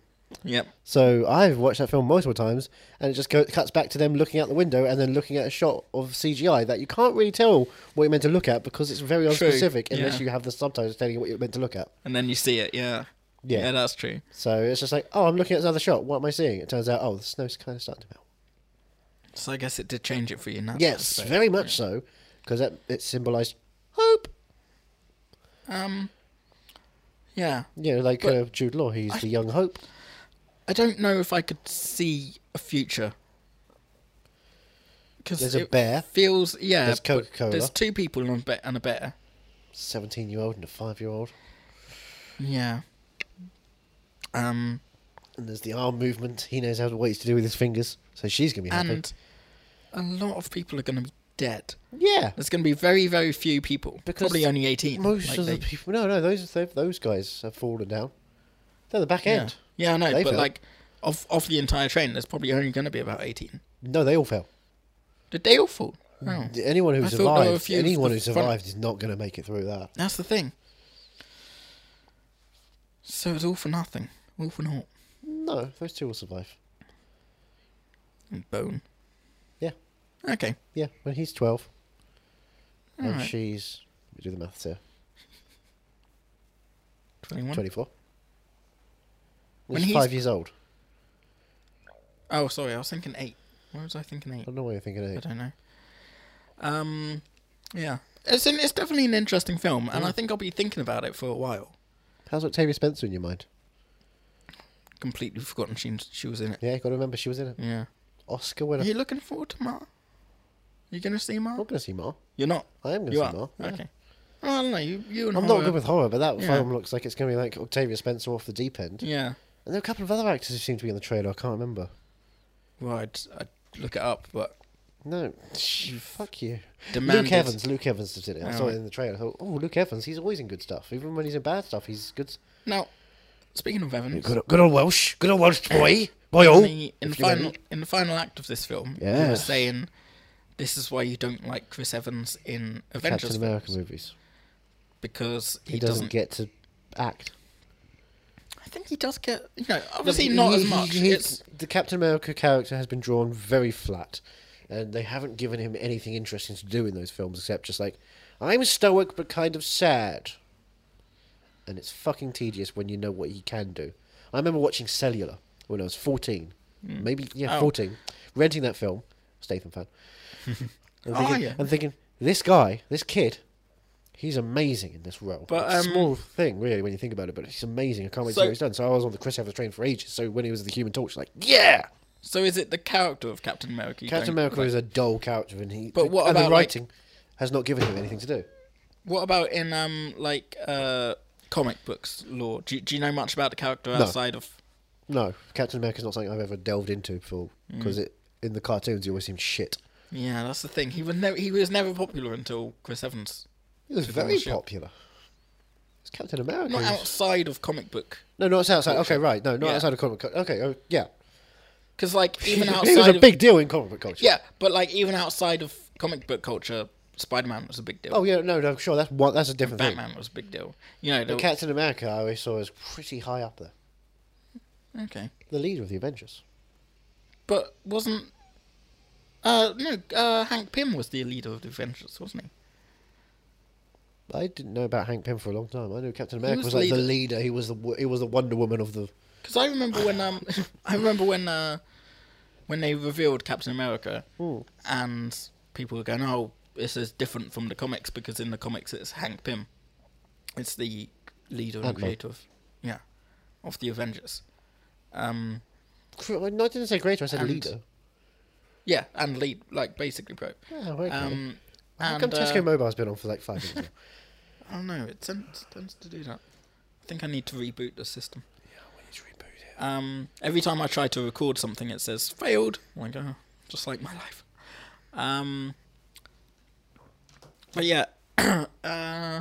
Yep. So I've watched that film multiple times, and it just go, cuts back to them looking out the window and then looking at a shot of CGI that you can't really tell what you're meant to look at because it's very True, unspecific unless yeah. you have the subtitles telling you what you're meant to look at. And then you see it. Yeah. Yeah. Yeah, that's true. So it's just like, oh, I'm looking at another shot. What am I seeing? It turns out, oh, the snow's kind of starting to melt. So I guess it did change it for you now. Yes, very much so, because that it symbolised hope. Yeah. You know, like uh, Jude Law, he's the young hope. I don't know if I could see a future. Because There's a bear. Feels yeah. There's but Coca-Cola. There's two people and a bear. And a bear. Seventeen-year-old and a five-year-old, Yeah. Um. and there's the arm movement. He knows how to what he's to do with his fingers, so she's gonna be happy. And a lot of people are going to be dead. yeah, There's going to be very, very few people. Because Probably only 18. most like of the they- people. No, no, those tho- those guys have fallen down. They're the back Yeah, end. yeah I know, They but fell. like, of of the entire train, there's probably only going to be about 18. No, they all fell. Did they all fall? Oh. No. Anyone who I thought there were a survived, few of anyone the who front- survived, is not going to make it through that. That's the thing. So it's all for nothing. All for naught. No, those two will survive. And bone. Yeah, Okay. yeah. When he's twelve, and she's we do the maths here. 21. 24. When When he's he's- five years old. Oh, sorry. I was thinking 8. Why was I thinking 8? I don't know what you're thinking I of. don't know. Um, yeah. It's, an, it's definitely an interesting film, and I think I'll be thinking about it for a while. How's Octavia Spencer in your mind? Completely forgotten she, she was in it. Yeah, you got to remember she was in it. Yeah. Oscar Are winner. you looking forward to Ma? You gonna see Ma? I'm not going to see more. You're not. I am gonna You see are? Ma, yeah. Okay. Oh, I don't know. You, you and I'm horror. not good with horror, but that Yeah. film looks like it's going to be like Octavia Spencer off the deep end. Yeah. And there are a couple of other actors who seem to be in the trailer. I can't remember. Well, I'd, I'd look it up, but No, fuck you. Demanded. Luke Evans. Luke Evans did it. I saw Alright. it in the trailer. I thought, oh, Luke Evans. He's always in good stuff. Even when he's in bad stuff, he's good. s- now, speaking of Evans, Good, good old Welsh. Good old Welsh boy. Boy, in oh. the, in the If you know final me. in the final act of this film, you were Yes. saying this is why you don't like Chris Evans in Avengers Captain America films, movies. because he, He doesn't get to act. I think he does get. You know, No, obviously but not he- as he- much. he- it's the Captain America character has been drawn very flat, and they haven't given him anything interesting to do in those films except just like, I'm stoic but kind of sad. And it's fucking tedious when you know what he can do. I remember watching Cellular when I was 14, maybe yeah, Oh. 14, renting that film, Statham fan, and Oh, thinking, yeah. and thinking this guy, this kid. He's amazing in this role. But, It's a um, small thing, really, when you think about it. But he's amazing. I can't wait to So- see what he's done. So I was on the Chris Evans train for ages. So when he was the Human Torch, like yeah, so is it the character of Captain America? you Captain don't America like? is a dull character, and he. But what and about, the like- writing? has not given him anything to do. What about in um like uh comic books lore? Do, do you know much about the character No. outside of? No, Captain America's not something I've ever delved into before Mm. because it in the cartoons he always seemed shit. Yeah, that's the thing. He was never he was never popular until Chris Evans. He was Took very ownership. popular. It's Captain America. Not He's- outside of comic book, No, not outside. Okay, right. No, not Yeah. outside of comic. Co- okay, oh, yeah. because like even outside he was a of, big deal in comic book culture. yeah, but like even outside of comic book culture, Spider Man was a big deal. Oh yeah, no, no, sure. That's one. That's a different thing. Batman was a big deal. You know, the, But Captain America, I always saw as pretty high up there. okay, The leader of the Avengers. but wasn't Uh, no, uh, Hank Pym was the leader of the Avengers, wasn't he? I didn't know about Hank Pym for a long time. I knew Captain America was was, like the leader. leader. He was the wo- he was the Wonder Woman of the. Because I remember when um, I remember when uh, when they revealed Captain America, and people were going, "Oh, this is different from the comics because in the comics it's Hank Pym, it's the leader and Ant-Man. creator of, yeah, of the Avengers." Um, Cr- I no, I didn't say greater. I said And- leader. yeah, and lead like basically pro. Oh, okay. Um, How and, come Tesco uh, Mobile's been on for like five years? now? I don't know. Oh, It tends, tends to do that. I think I need to reboot the system. Um, every time I try to record something, it says failed. I'm like, oh, just like my life. Um, but yeah, uh,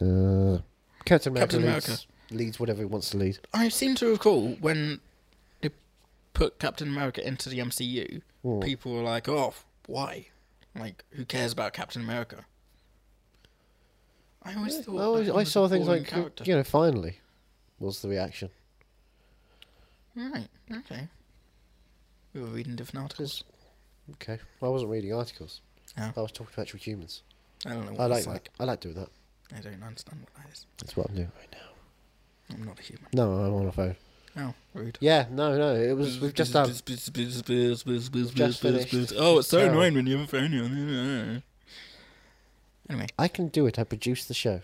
Uh, Captain America, Captain leads, America. leads whatever he wants to lead. I seem to recall when they put Captain America into the MCU, Hmm. people were like, "Oh, why? Like, who cares about Captain America?" I always thought. I, always- that he I was a saw things boring like character. you know, finally, was the reaction. Right. Okay. We were reading different articles. Okay, well, I wasn't reading articles. Oh. I was talking to actual humans. I don't know. What I like it's that. like. I like doing that. I don't understand what that is. That's what I'm doing right now. I'm not a human. No, I'm on a phone. Oh, rude. Yeah, no, no. It was we've just done. Just finished. Oh, it's so Terrible. annoying when you have a phone. on. Anyway, I can do it. I produce the show.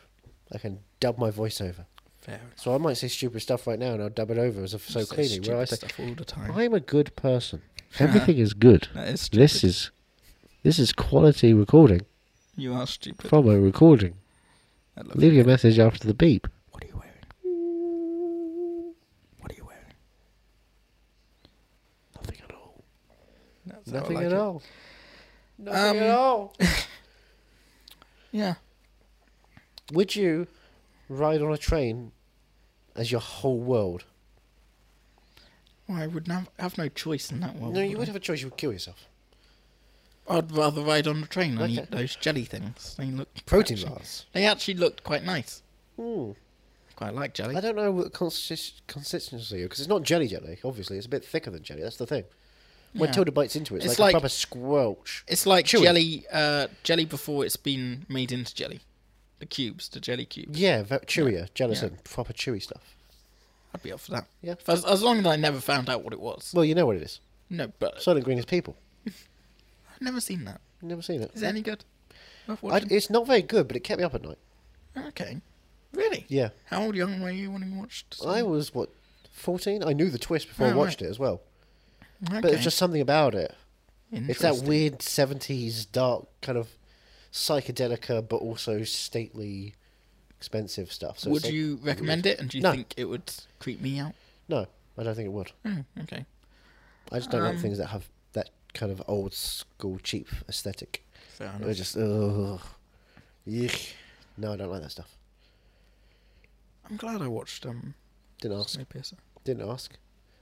I can dub my voice over. fair enough. So I might say stupid stuff right now, and I'll dub it over as if so Say clearly. Where I stupid say, stuff all the time. "I'm a good person. Everything is good. That is This stupid. is, this is quality recording You are stupid. from a recording. I love Leave you. your message after the beep." What are you wearing? What are you wearing? Nothing at all. That's how I Nothing like at it. all. Nothing at all. Um, Yeah. Would you ride on a train as your whole world? Well, I would have, have no choice in that world. No, you would would have a choice. You would kill yourself. I? I'd rather ride on the train than Okay. eat those jelly things. They look Protein actually- bars. They actually looked quite nice. Quite like jelly. Hmm. I don't know what consist- consistency because it's not jelly jelly. Obviously, it's a bit thicker than jelly. That's the thing. When Yeah. Tilda bites into it, it's, It's like, like- a proper squelch. It's like Chewy. jelly, uh, jelly before it's been made into jelly. The cubes, the jelly cubes. Yeah, ve- chewier, gelatin, Yeah. proper chewy stuff. I'd be up for that. Yeah. If- As, as long as I never found out what it was. Well, you know what it is. No, but Silent Green is people. I've never seen that. You've never seen it. Is it any good? Worth I, watching? it's not very good, but it kept me up at night. okay. Really? Yeah. How old young were you when you watched? I was what, fourteen? I knew the twist before I Oh, watched right. it as well. okay. But it's just something about it. It's that Interesting. weird seventies dark kind of psychedelica, but also stately, expensive stuff. So it's Would like- you recommend it? And do you No. think it would creep me out? No, I don't think it would. Oh, okay. I just don't like things that have that kind of old school cheap aesthetic. Fair enough. They're just ugh, Yuck. No, I don't like that stuff. I'm glad I watched um Didn't ask. Snowpiercer. Didn't ask.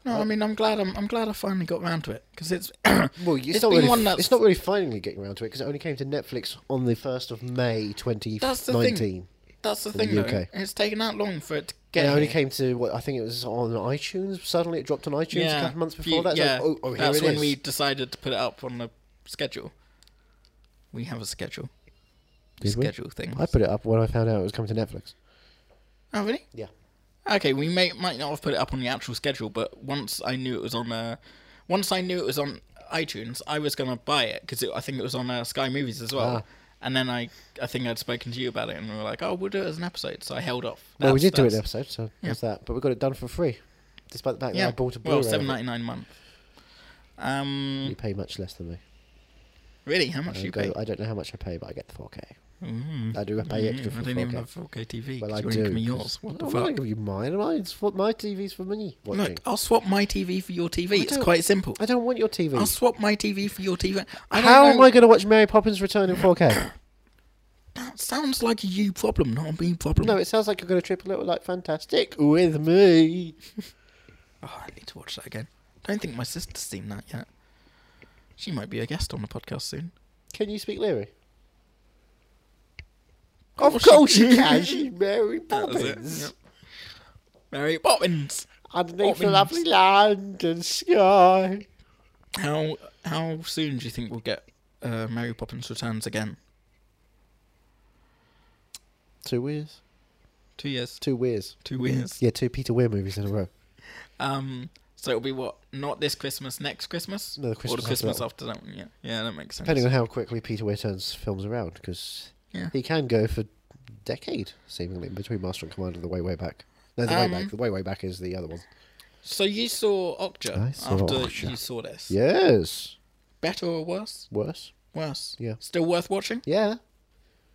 No, I mean I'm glad I'm, I'm glad I finally got round to it because it's Well, it's, It's not been really. one that's- It's not really finally getting around to it because it only came to Netflix on the first of May, twenty That's the thing. nineteen. that's the the thing though. UK. It's taken that long for it to It get. only here. came to what I think it was on iTunes. Suddenly, it dropped on iTunes a couple of months before You- that. It's Yeah, like, oh, oh, here that's it when is. we decided to put it up on the schedule. We have a schedule. Did we? schedule thing. I put it up when I found out it was coming to Netflix. Oh really? Yeah. Okay, we may might not have put it up on the actual schedule, but once I knew it was on uh, once I knew it was on iTunes, I was gonna buy it because I think it was on uh, Sky Movies as well. Ah. And then I, I think I'd spoken to you about it, and we were like, "Oh, we'll do it as an episode." So I held off. Well, we That's- did do it in that's- an episode, so there's that. But we got it done for free, despite the fact Yeah, that I bought a Blu-ray. well, of it. seven ninety nine a month. Um, You pay much less than me. really? How much I do you go- pay? Mm-hmm. I don't know how much I pay, but I get the 4K. I do pay extra Mm, I for don't 4K. even have 4K TV. well, I you do. give me yours. 'cause- What No, the I'm not fuck? gonna give you mine. Mine's what my TV's for me. Watching. Look, I'll swap my TV for your TV. It's don't- quite simple. I don't want your TV. I'll swap my TV for your TV. I How don't am know. I going to watch Mary Poppins Return in 4K? That sounds like a you problem, not a me problem. no, it sounds like you're going to trip a little like fantastic with me. Oh, I need to watch that again. Don't think my sister's seen that yet. She might be a guest on the podcast soon. Can you speak Leary? Of course course you you can. can. She's Mary Poppins. Mary Poppins. Underneath the Poppins. lovely land and sky. How How soon do you think we'll get uh, Mary Poppins Returns again? Two Weirs. Two years. Two Weirs. Two years. Yeah, two Peter Weir movies in a row. Um. So it'll be what? Not this Christmas, next Christmas. No, the Or Christmas the after Christmas that one. after that. One. Yeah. Yeah, that makes sense. Depending on how quickly Peter Weir turns films around, because Yeah. he can go for decade seemingly between Master and Commander, The Way Way Back. No, The Um, Way Back. The Way Way Back is the other one. So you saw Okja I saw after Okja. you saw this. Yes. Better or worse? Worse. Worse. Yeah. Still worth watching. Yeah.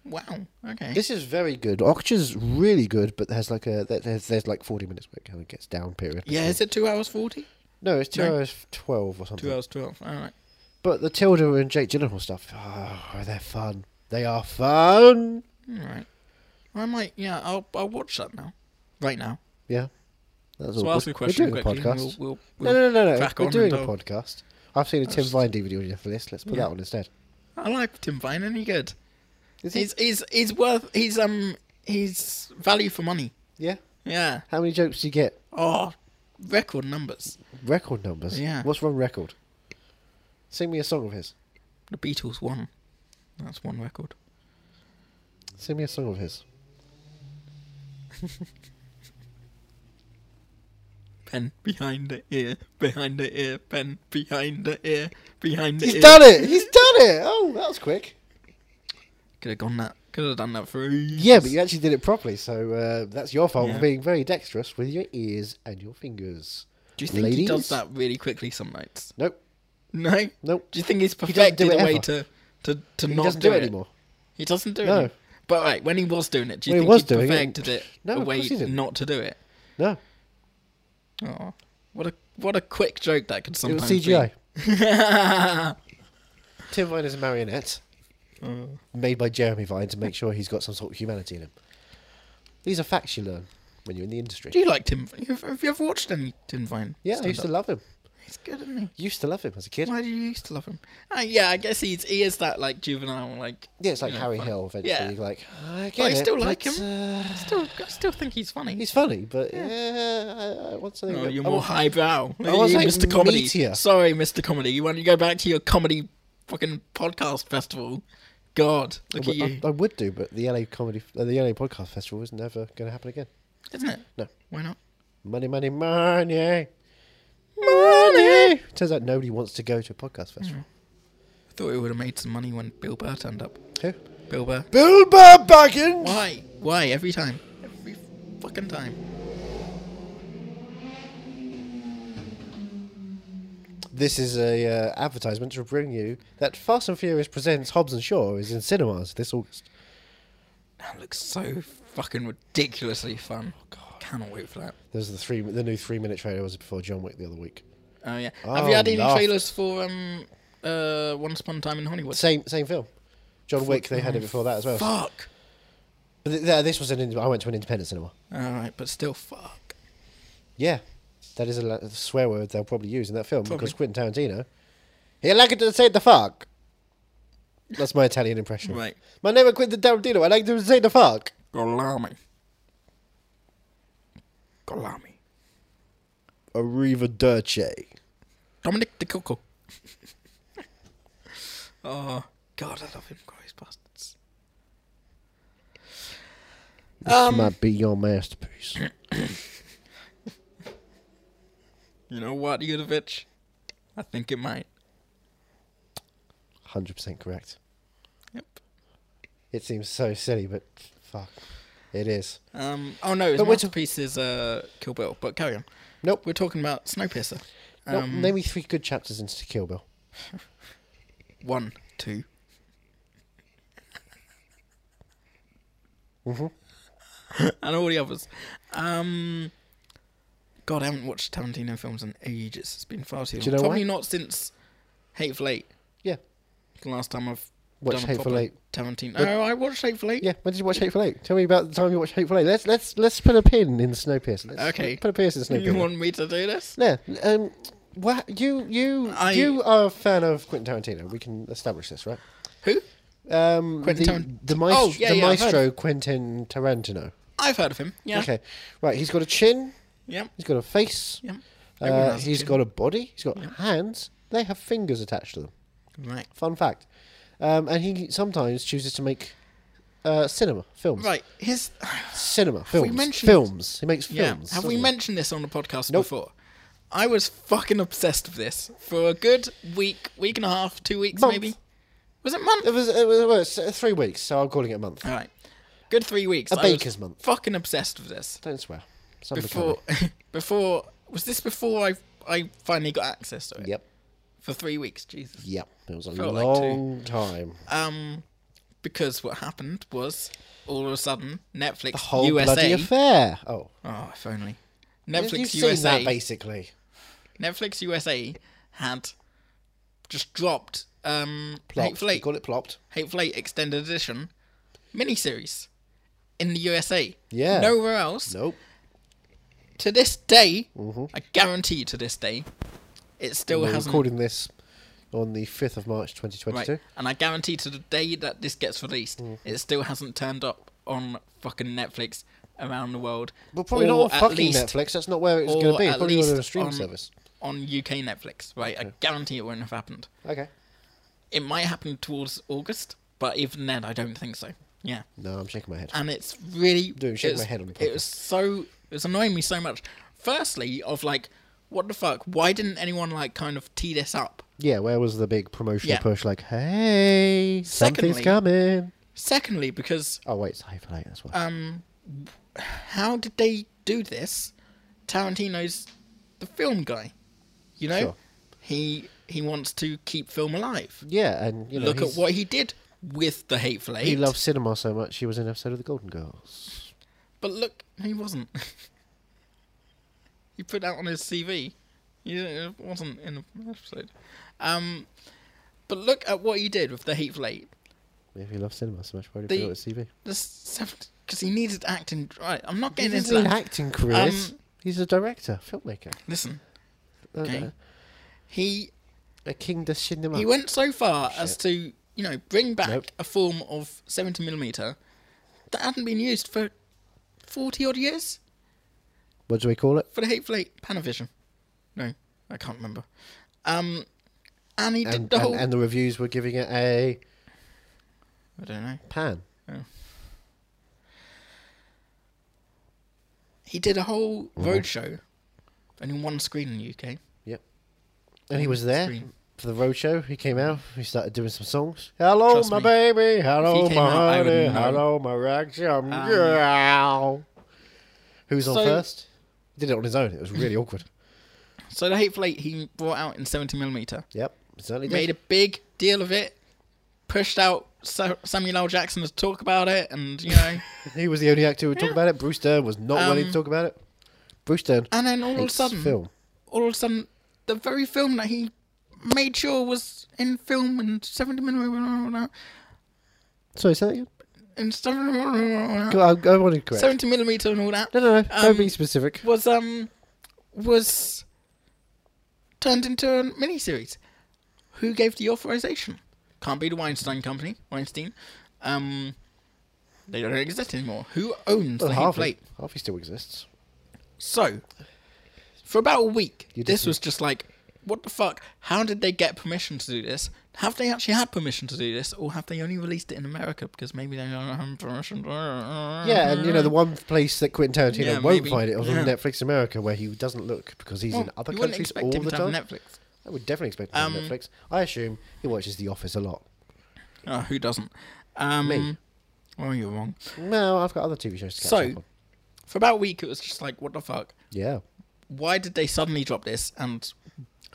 Wow. Okay. This is very good. Okja's really good, but there's like a there- there's there's like forty minutes where it kind of gets down period. yeah. Is it two hours forty? No, it's two No. hours twelve or something. Two hours twelve. All right. But the Tilda and Jake Gyllenhaal stuff, oh, they're fun. They are fun. All right. I might. Yeah. I'll. I'll watch that now. Right now. Yeah. That's So all I'll ask good. you a question We're doing quickly. a and podcast. We'll, we'll, No, no, we'll no, no, no. crack We're on doing a and I'll- podcast. I've seen a Tim Vine DVD on your list. Let's put that one instead. I like Tim Vine. Any good? Is he? He's he's he's worth. He's um. He's value for money. Yeah. Yeah. How many jokes do you get? Oh, record numbers. Record numbers. Yeah. What's one record? Sing me a song of his. The Beatles won. That's one record. Sing me a song of his. Pen behind the ear, behind the ear, pen behind the ear, behind the ear. He's done it. He's done it. Oh, that was quick. Could have gone that. Could have done that for. ages. Yeah, but you actually did it properly, so uh, that's your fault Yeah. for being very dexterous with your ears and your fingers. Do you think he Ladies? does that really quickly some nights? Nope. No. Nope. Do you think he's doesn't do perfected it a way ever. to to to He not doesn't do, do it it anymore. He doesn't do No. it. But right, when he was doing it, do you When he think was he doing it, perfected it, no, a of way course he didn't. not to do it? No. Oh, what a what a quick joke that could It was sometimes CGI. be. Tim Vine is a marionette Mm. made by Jeremy Vine to make sure he's got some sort of humanity in him. These are facts you learn when you're in the industry. Do you like Tim? Have, have you ever watched any Tim Vine? yeah, I used to love him. He's good, isn't he? Used to love him as a kid. Why do you used to love him? Uh, yeah, I guess he's he is that like juvenile, like Yeah, it's like you know, Harry fun- Hill. Eventually, Yeah, you're like I get but I it, still like but, him. uh, I still, I still think he's funny. he's funny, but yeah, I, I want something. Oh, that- you're I more want- highbrow. I was You like Mr. Comedy. meatier. Sorry, Mr. Comedy. Why don't you go back to your comedy fucking podcast festival? God, look at Oh, but uh, I, you. I would do, but the LA comedy, uh, the LA podcast festival is never going to happen again. Isn't it? No. Why not? Money, money, money, money. Turns out nobody wants to go to a podcast festival. I thought it would have made some money when Bill Burr turned up. Who? Bill Burr. Bilbo Baggins. Why? Why? Every time. Every fucking time. This is a uh, advertisement to bring you that Fast and Furious presents Hobbs and Shaw is in cinemas this August. That looks so fucking ridiculously fun. Oh, God. Cannot wait for that. There's the three, the new three-minute trailer was before John Wick the other week. Oh, yeah. Oh, Have you had any laugh. trailers for um, uh, Once Upon a Time in Hollywood? Same, same film. John Wick, they had it before that as well. Fuck. But th- th- this was an. ind- I went to an independent cinema. All right, but still, fuck. Yeah, that is a, la- swear word they'll probably use in that film because Probably. Quentin Tarantino. He like to say the fuck. That's my Italian impression. Right. My name is Quentin Tarantino. I like to say the fuck. Golami. Golami. Arrivederci. Dominic De Coco. oh, God, I love him, Christ bastards. This might be your masterpiece. You know what, Yudovich? I think it might. Hundred percent correct. Yep. It seems so silly, but fuck, it is. Um, oh, no, his But we're ta- masterpiece is uh, Kill Bill, but carry on. Nope. We're talking about Snowpiercer. Um, nope. Name me three good chapters in Kill Bill. One, two. Mm-hmm. and all the others. Um, God, I haven't watched Tarantino films in ages. It's been far too long. you know Probably why? not since Hateful Eight. Yeah. The last time I've Watched done a Hateful proper Eight. Tarantino. Oh, I watched Hateful Eight. Yeah, when did you watch Hateful Eight? Tell me about the time you watched Hateful Eight. Let's let's let's put a pin in Snowpiercer. Let's Okay. Put a pierce in Snowpiercer. You want me to do this? Yeah. Um. What you you I- you are a fan of Quentin Tarantino? We can establish this, right? Who? Um, Quentin the, Taran- the, maest- Oh, yeah, the yeah, I've heard maestro Quentin Tarantino. I've heard of him. Yeah. Okay, right. He's got a chin. Yep. He's got a face. Yep. Uh, Everyone has a he's chin. got a body. He's got hands. They have fingers attached to them. Right. Fun fact. Um, and he sometimes chooses to make uh, cinema films. Right. His Cinema films. mentioned- films. He makes yeah. films. Have we doesn't he? mentioned this on the podcast Nope. before? I was fucking obsessed with this for a good week, week and a half, two weeks Month. maybe. Was it month? It was, it was, it was uh, three weeks, so I'm calling it a month. All right. Good three weeks. A I was baker's month. Fucking obsessed with this. Don't swear. It's Before, unbecoming. before was this before I I finally got access to it? Yep. For three weeks, Jesus. Yep. It was a Felt like two. long time. Um, because what happened was all of a sudden Netflix The whole bloody USA. affair. Oh. oh, if only. You've Netflix seen that USA. basically. Netflix USA had just dropped um Plopped. Hateful You Eight, call it plopped. Hateful Eight extended edition miniseries in the USA. Yeah. Nowhere else. Nope. Mm-hmm. to this day, I guarantee you to this day, it still We're hasn't. recording this on the 5th of March 2022. right, and I guarantee to the day that this gets released, Mm-hmm. it still hasn't turned up on fucking Netflix around the world. But probably or not on at fucking least- Netflix. That's not where it's or going to be. It's at probably on least a streaming on- service. On UK Netflix, right? I guarantee it won't have happened. Okay. It might happen towards August, but even then, I don't think so. Yeah. No, I'm shaking my head. and it's really Dude, shake it's- my head on the it was so it was annoying me so much firstly of like what the fuck why didn't anyone like kind of tee this up yeah, where was the big promotional Yeah. push? Like, hey, something's Secondly- coming. secondly because Oh, wait, it's Hyphenate. That's why. Um, how did they do this tarantino's the film guy you know Sure. he he wants to keep film alive yeah, and you know, look at he's- what he did with the hateful eight He loves cinema so much, he was in an episode of The Golden Girls. but look he wasn't he put that on his cv he didn't- it wasn't in the episode um but look at what he did with the hateful eight If he loves cinema so much, why did The- he put it on his CV? because he needed acting. Right, I'm not He getting doesn't into need that. an acting career. Um, He's a director, filmmaker, Listen, a- okay. He a king de cinema. he went so far as to you know bring back Nope. a form of 70 millimeter that hadn't been used for 40 odd years What do we call it? for the Hateful Eight Panavision. No, I can't remember. Um, and he did And, the and, whole. and the reviews were giving it a I don't know. pan. He did a whole Mhm. roadshow, only one screen in the UK. Yep. And he was there Screen. for the roadshow. He came out. He started doing some songs. Hello, Trust my me. baby. Hello, If he my came out, I would honey. know. Um, Hello, my ragtime girl. Who's on so- first? He did it on his own. It was really awkward. So the Hateful Eight he brought out in 70 millimeter. Yep. it Certainly made did. a big deal of it, pushed out Sa- Samuel L. Jackson to talk about it, and you know, He was the only actor who would talk about it. Bruce Dern was not willing to talk about it. Bruce Dern. Um, and then all of a hates sudden, film. all of a sudden, the very film that he made sure was in film and seventy millimeter Sorry, say that again. and Go- I, I wanted correct. seventy millimeter and all that no, no, no. um, don't be specific. was um was turned into a miniseries. Who gave the authorization? Can't be the Weinstein Company. Weinstein. Um, they don't exist anymore. Who owns the Hateful Harvey. Eight? Harvey still exists. So, for about a week, You this just- was just like, what the fuck? How did they get permission to do this? Have they actually had permission to do this, or have they only released it in America because maybe they don't have permission? Yeah, and you know the one place that Quentin Tarantino Yeah, won't maybe. find it is on Yeah. Netflix America, where he doesn't look because he's Well, in other you wouldn't countries expect all him the to have time. Netflix. I would definitely expect him to Um, have Netflix. I assume he watches The Office a lot. Oh, who doesn't? Um, Me. Oh, you're wrong. No, I've got other TV shows to catch So, up on. for about a week, it was just like, what the fuck? Yeah, Why did they suddenly drop this? And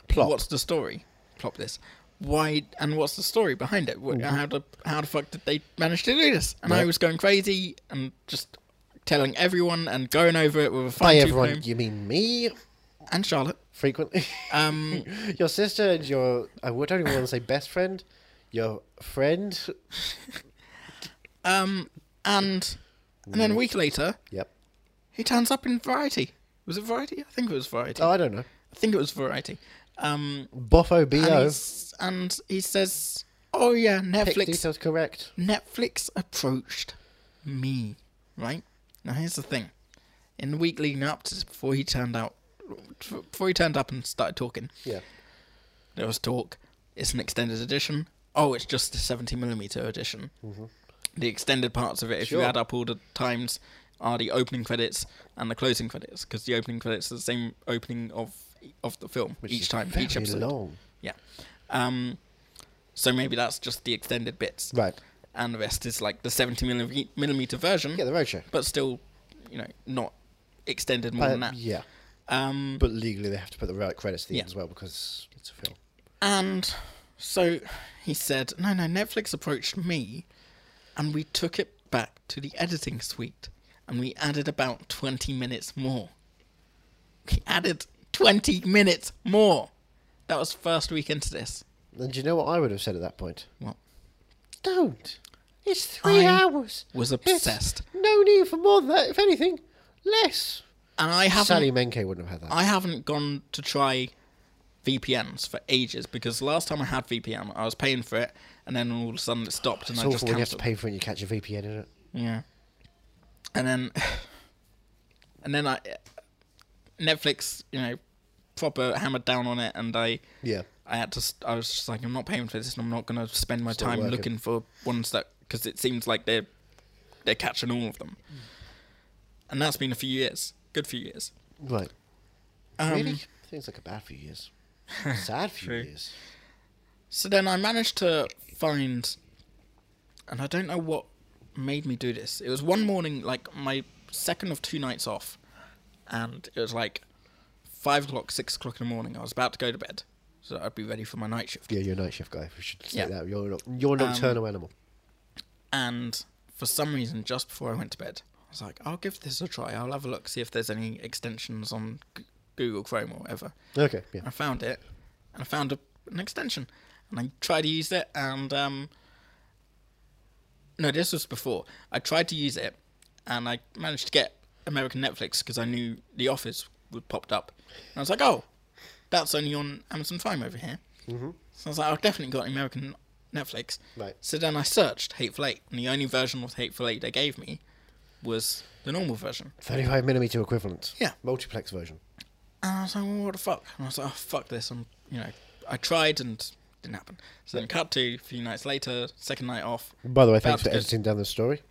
Plop. what's the story? Plop this. Why and what's the story behind it? What, Mm-hmm. How the how the fuck did they manage to do this? And I Yep. was going crazy and just telling everyone and going over it with a by fine tooth everyone comb. you mean me and Charlotte. frequently. Um, your sister and your I would don't even want to say best friend, your friend. and and Mm. then a week later, Yep. he turns up in Variety. Was it Variety? I think it was Variety. Oh, I don't know. I think it was Variety. Um, Boffo and, Bo. he's- and he says, "Oh yeah, Pick Netflix details correct. Netflix approached me, right? Now here's the thing: in the week leading up to before he turned out, before he turned up and started talking, Yeah. There was talk. It's an extended edition. Oh, it's just a 70 millimeter edition. The extended parts of it, if you Mm-hmm. Sure. add up all the times, are the opening credits and the closing credits because the opening credits are the same opening of of the film each is time, each very episode. long. Yeah. Um, so maybe that's just the extended bits. Right. And the rest is like the 70 milli- millimeter version. Yeah, the roadshow. But still, you know, not extended more Uh, than that. yeah. Um, But legally, they have to put the right credits at the Yeah. end as well because it's a film. and so he said, no, no, Netflix approached me and we took it back to the editing suite and we added about 20 minutes more. We added 20 minutes more. That was first week into this. And do you know what I would have said at that point? What? Don't. It's three I hours. was It's obsessed. no need for more than that. If anything, less. And I haven't Sally Menke wouldn't have had that. I haven't gone to try VPNs for ages because last time I had VPN, I was paying for it, and then all of a sudden it stopped, and it's I just awful when you have to cancelled. pay for it and you catch a VPN in it. Yeah, and then and then I Netflix, you know, proper hammered down on it, and I Yeah. I had to. st- I was just like, I'm not paying for this, and I'm not going to spend my Still time working. looking for ones that because it seems like they're they're catching all of them, Mm. and that's been a few years, good few years. Right. really? Things like a bad few years. Sad few Um, True. years. So then I managed to find, and I don't know what made me do this. It was one morning, like my second of two nights off, and it was like five o'clock, six o'clock in the morning. I was about to go to bed, so I'd be ready for my night shift. Yeah, you're a night shift guy. We should say Yeah. Um, that. You're, not, you're a nocturnal animal. And for some reason, just before I went to bed, I was like, I'll give this a try. I'll have a look, see if there's any extensions on G- Google Chrome or whatever. Okay, yeah. I found it, and I found a, an extension, and I tried to use it, and um, no, this was before. I tried to use it, and I managed to get American Netflix because I knew The Office would popped up, and I was like, oh, that's only on Amazon Prime over here. Mm-hmm. So I was like, I've definitely got American Netflix. Right. So then I searched Hateful Eight, and the only version of Hateful Eight they gave me was the normal version. 35 millimeter equivalent. Yeah. Multiplex version. And I was like, well, what the fuck? And I was like, oh, fuck this. I'm, you know, I tried and didn't happen. So then cut to a few nights later, second night off. By the way, about thanks to for go- editing down the story.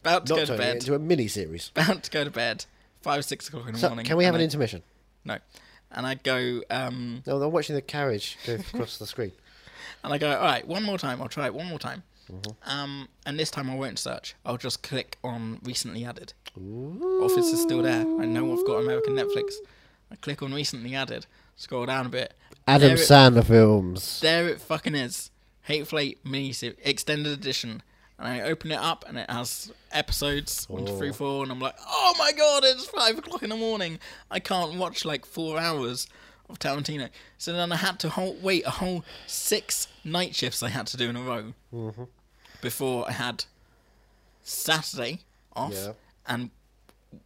About to Not go to turning it bed. into a mini series. About to go to bed. Five, six o'clock in the So, morning. can we have an and I- intermission? No. And I go, um, No, I'm watching the carriage go across the screen. and I go, all right, one more time. I'll try it one more time. Mm-hmm. Um, and this time I won't search. I'll just click on recently added. Office is still there. I know I've got American Netflix. I click on recently added. Scroll down a bit. Adam There it- Sandler films. There it fucking is. Hateful Eight mini series extended edition. And I open it up and it has episodes one, two, three, four, and I'm like, oh my god, it's five o'clock in the morning. I can't watch like four hours of Tarantino. So then I had to whole, wait a whole six night shifts I had to do in a row before I had Saturday off. Yeah. And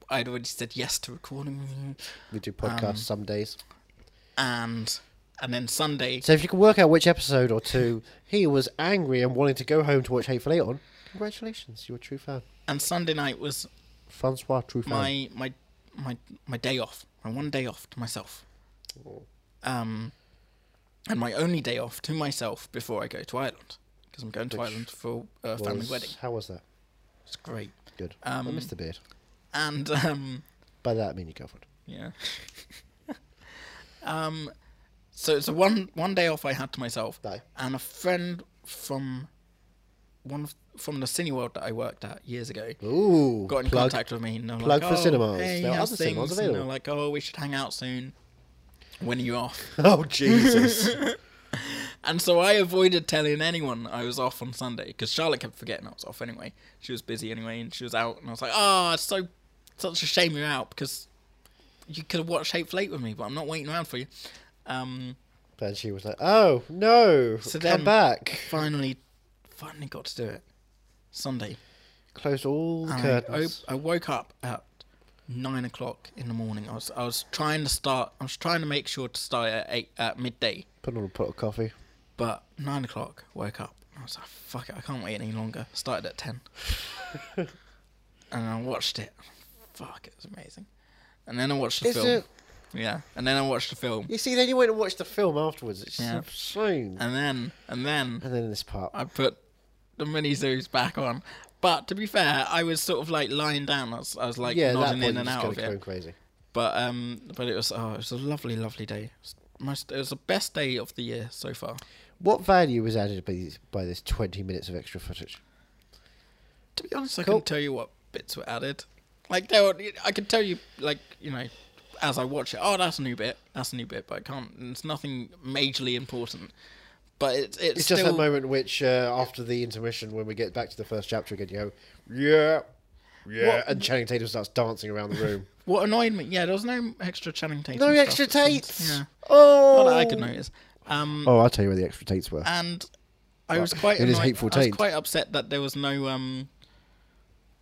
I'd already said yes to recording We do podcasts Um, some days. and and then Sunday So if you can work out which episode or two he was angry and wanting to go home to watch Hateful Eight on, congratulations, you're a true fan. and Sunday night was Francois, true fan. my my my my day off, my one day off to myself. Oh. Um, and my only day off to myself before I go to Ireland because I'm going to Ireland for a family Was- wedding. How was that? It's great. Good. I Um, missed the beard. And um, By that I mean your girlfriend. yeah. um, so it's a one one day off I had to myself, Aye. and a friend from one of, from the Cineworld that I worked at years ago. Ooh, got in plug. contact with me. And they're plug like, for oh, cinemas. Hey, There are how's other cinemas things?" And they're available. like, oh, we should hang out soon. When are you off? Oh Jesus! and so I avoided telling anyone I was off on Sunday because Charlotte kept forgetting I was off anyway. She was busy anyway, and she was out. And I was like, oh, it's so such a shame you're out because you could have watched Hateful Eight with me, but I'm not waiting around for you. Um, and she was like, "Oh no, So come then- back." finally, finally got to do it. Sunday. Closed all the And I, op- curtains. I woke up at nine o'clock in the morning. I was I was trying to start. I was trying to make sure to start at eight at midday, Put on a pot of coffee. but nine o'clock. Woke up. I was like, fuck it. I can't wait any longer. Started at ten, and I watched it. Fuck, it was amazing. And then I watched the Is film. it? Yeah, and then I watched the film, You see, then you went and watched the film afterwards. It's Yeah. Um, so strange. and then and then And then this part. I put the miniseries back on. But to be fair, I was sort of like lying down. I was, I was like yeah, at that nodding point in you're and just out going of going it. crazy. But um, but it was oh, it was a lovely, lovely day. It was, most, it was the best day of the year so far. What value was added by, these, by this 20 minutes of extra footage? To be honest, I Cool. couldn't tell you what bits were added. Like there were, I could tell you like you know, as I watch it, oh that's a new bit, that's a new bit, but I can't. It's nothing majorly important. But it, it's It's still just that moment which, uh, after the intermission, when we get back to the first chapter again, you go, yeah, yeah, What- and Channing Tatum starts dancing around the room. what annoyed me. Yeah, there was no extra Channing Tatum. no stuff, extra it seems. tates! Yeah, Oh! not that I could Uh, notice. Um, Oh, I'll tell you where the extra tates were. and I was quite it is annoyed- hateful I was taint. quite upset that there was no um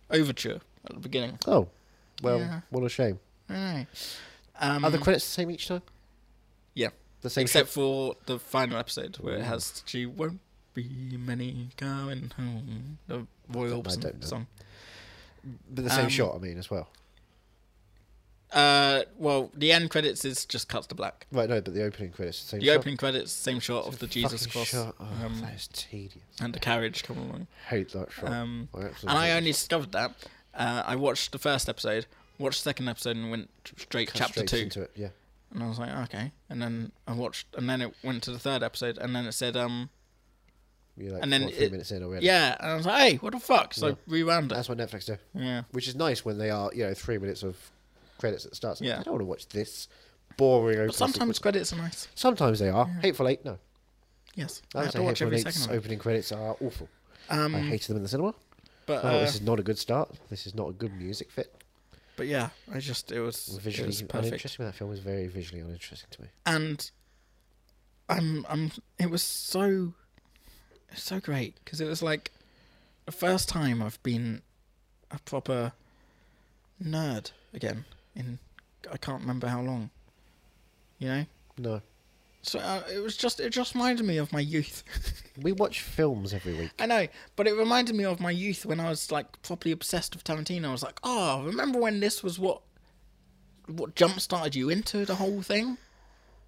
overture at the beginning. oh, well, Yeah. what a shame. I don't know. Um, Are the credits the same each time? yeah, the same except shot? for the final episode where it has she won't be many going home. The Roy don't Orbison know. song. But the same Um, shot, I mean, as well. Uh, well, the end credits is just cuts to black. Right, no, but the opening credits, the same The shot. opening credits, same shot of the Jesus Fucking cross shot. Oh, um, that is tedious. and the carriage coming along. hate that shot. Um, I and absolutely I hate only discovered that. Uh, I watched the first episode, watched the second episode, and went t- straight it. chapter Straight two. Into it. Yeah. And I was like, okay. And then I watched, and then it went to the third episode, and then it said, um, You're like and then four, three it- minutes in already. yeah. And I was like, hey, what the fuck? So I rewound it. That's what Netflix do. Yeah. Which is nice when they are, you know, three minutes of credits at the start. Yeah. I don't want to watch this boring. But sometimes credits are nice. sometimes they are hateful eight. No, Yes, I I would have say to watch hateful every eight's second. Of it. opening credits are awful. I hated them in the cinema. But oh, uh, this is not a good start. This is not a good music fit. but yeah, I just it was it Visually was perfect, uninteresting. That film was very visually uninteresting to me. and I'm I'm it was so it's so great because it was like the first time I've been a proper nerd again in I can't remember how long, you know. No, So uh, it was just it just reminded me of my youth. we watch films every week. I know, but it reminded me of my youth when I was like properly obsessed with Tarantino. I was like, oh, remember when this was what what jump started you into the whole thing?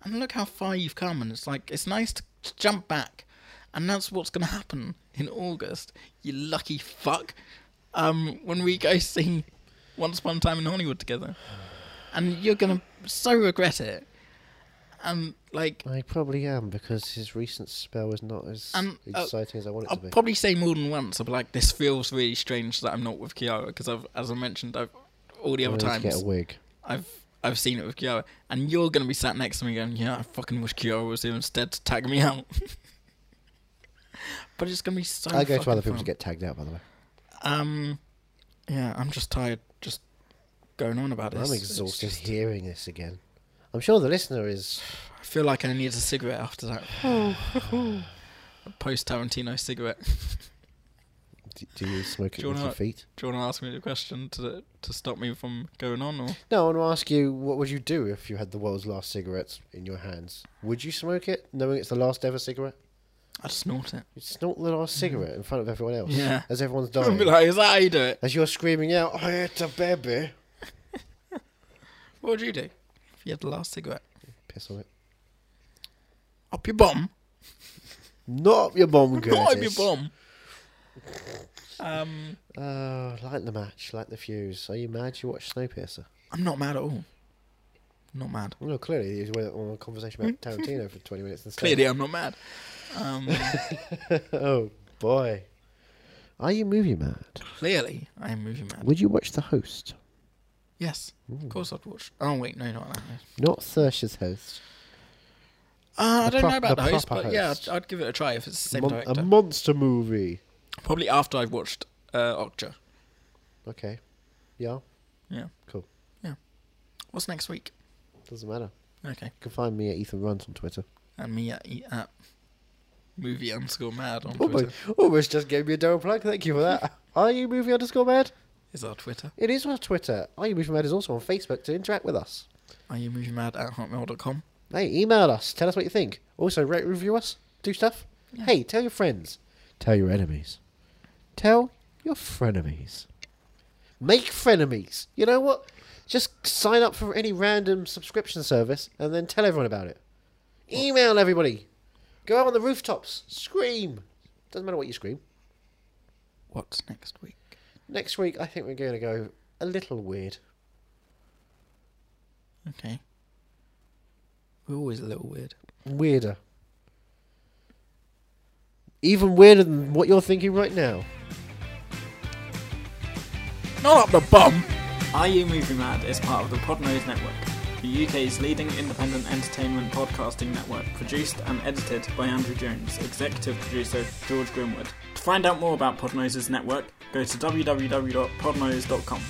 And look how far you've come. And it's like it's nice to to jump back, and that's what's gonna happen in August. You lucky fuck. Um, when we go see Once Upon a Time in Hollywood together, and you're gonna so regret it. And like, I probably am because his recent spell was not as Um, uh, exciting as I want it I'll to be. probably say more than once. I'll be like, this feels really strange that I'm not with Kiara because I've, as I mentioned, I've all the other I need to get times a wig. I've I've seen it with Kiara, and you're gonna be sat next to me going, yeah, I fucking wish Kiara was here instead to tag me out. but it's gonna be so. I go to other people fun. to get tagged out, by the way. Um, yeah, I'm just tired just going on about this. I'm It's exhausted just- hearing this again. I'm sure the listener is. I feel like I need a cigarette after that. a post Tarantino cigarette. d- Do you smoke it Do you with wanna- your feet? Do you want to ask me the question to to stop me from going on or? No, I want to ask you, what would you do if you had the world's last cigarette in your hands? Would you smoke it, knowing it's the last ever cigarette? I'd snort it. You'd snort the last cigarette in front of everyone else. Yeah. As everyone's I'd dying. be like, is that how you do it? as you're screaming out, I ate a baby. What would you do if you had the last cigarette? Piss on it. Up your bum. Not up your bomb, Curtis. Not up your bum. Um, Oh, light the match, light the fuse. Are you mad you watched Snowpiercer? I'm not mad at all. Not mad. Well, clearly, you went on a conversation about Tarantino for 20 minutes instead. Clearly, I'm not mad. Um, Oh, boy. Are you movie mad? clearly, I am movie mad. Would you watch The Host? Yes, of course I'd watch. Oh wait, no, not that. Not Thirst's Host. Uh, I The don't prop- know about the the, host, proper but yeah, host. I'd, I'd give it a try if it's the same Mon- a director. monster movie. Probably after I've watched uh, Okja. Okay. Yeah. Yeah. Cool. What's next week? Doesn't matter. Okay. You can find me at Ethan Runs on Twitter. And me at, at movie underscore mad on Twitter. Almost, almost just gave me a double plug. Thank you for that. Are you movie underscore mad? Is our Twitter? It is on Twitter. Are you movie mad is also on Facebook to interact with us. Are you movie mad at hotmail.com? Hey, email us. Tell us what you think. Also, rate, review us. Do stuff. Hey, tell your friends. Tell your enemies. Tell your frenemies. Make frenemies. You know what? Just sign up for any random subscription service and then tell everyone about it. Email everybody. Go out on the rooftops. Scream. Doesn't matter what you scream. What's next week? Next week, I think we're going to go a little weird. Okay. We're always a little weird. Weirder. Even weirder than what you're thinking right now. Not up the bum. IU Movie Mad is part of the Podnose Network, the UK's leading independent entertainment podcasting network, produced and edited by Andrew Jones, executive producer George Grimwood. To find out more about Podnose's network, go to www.podnose.com.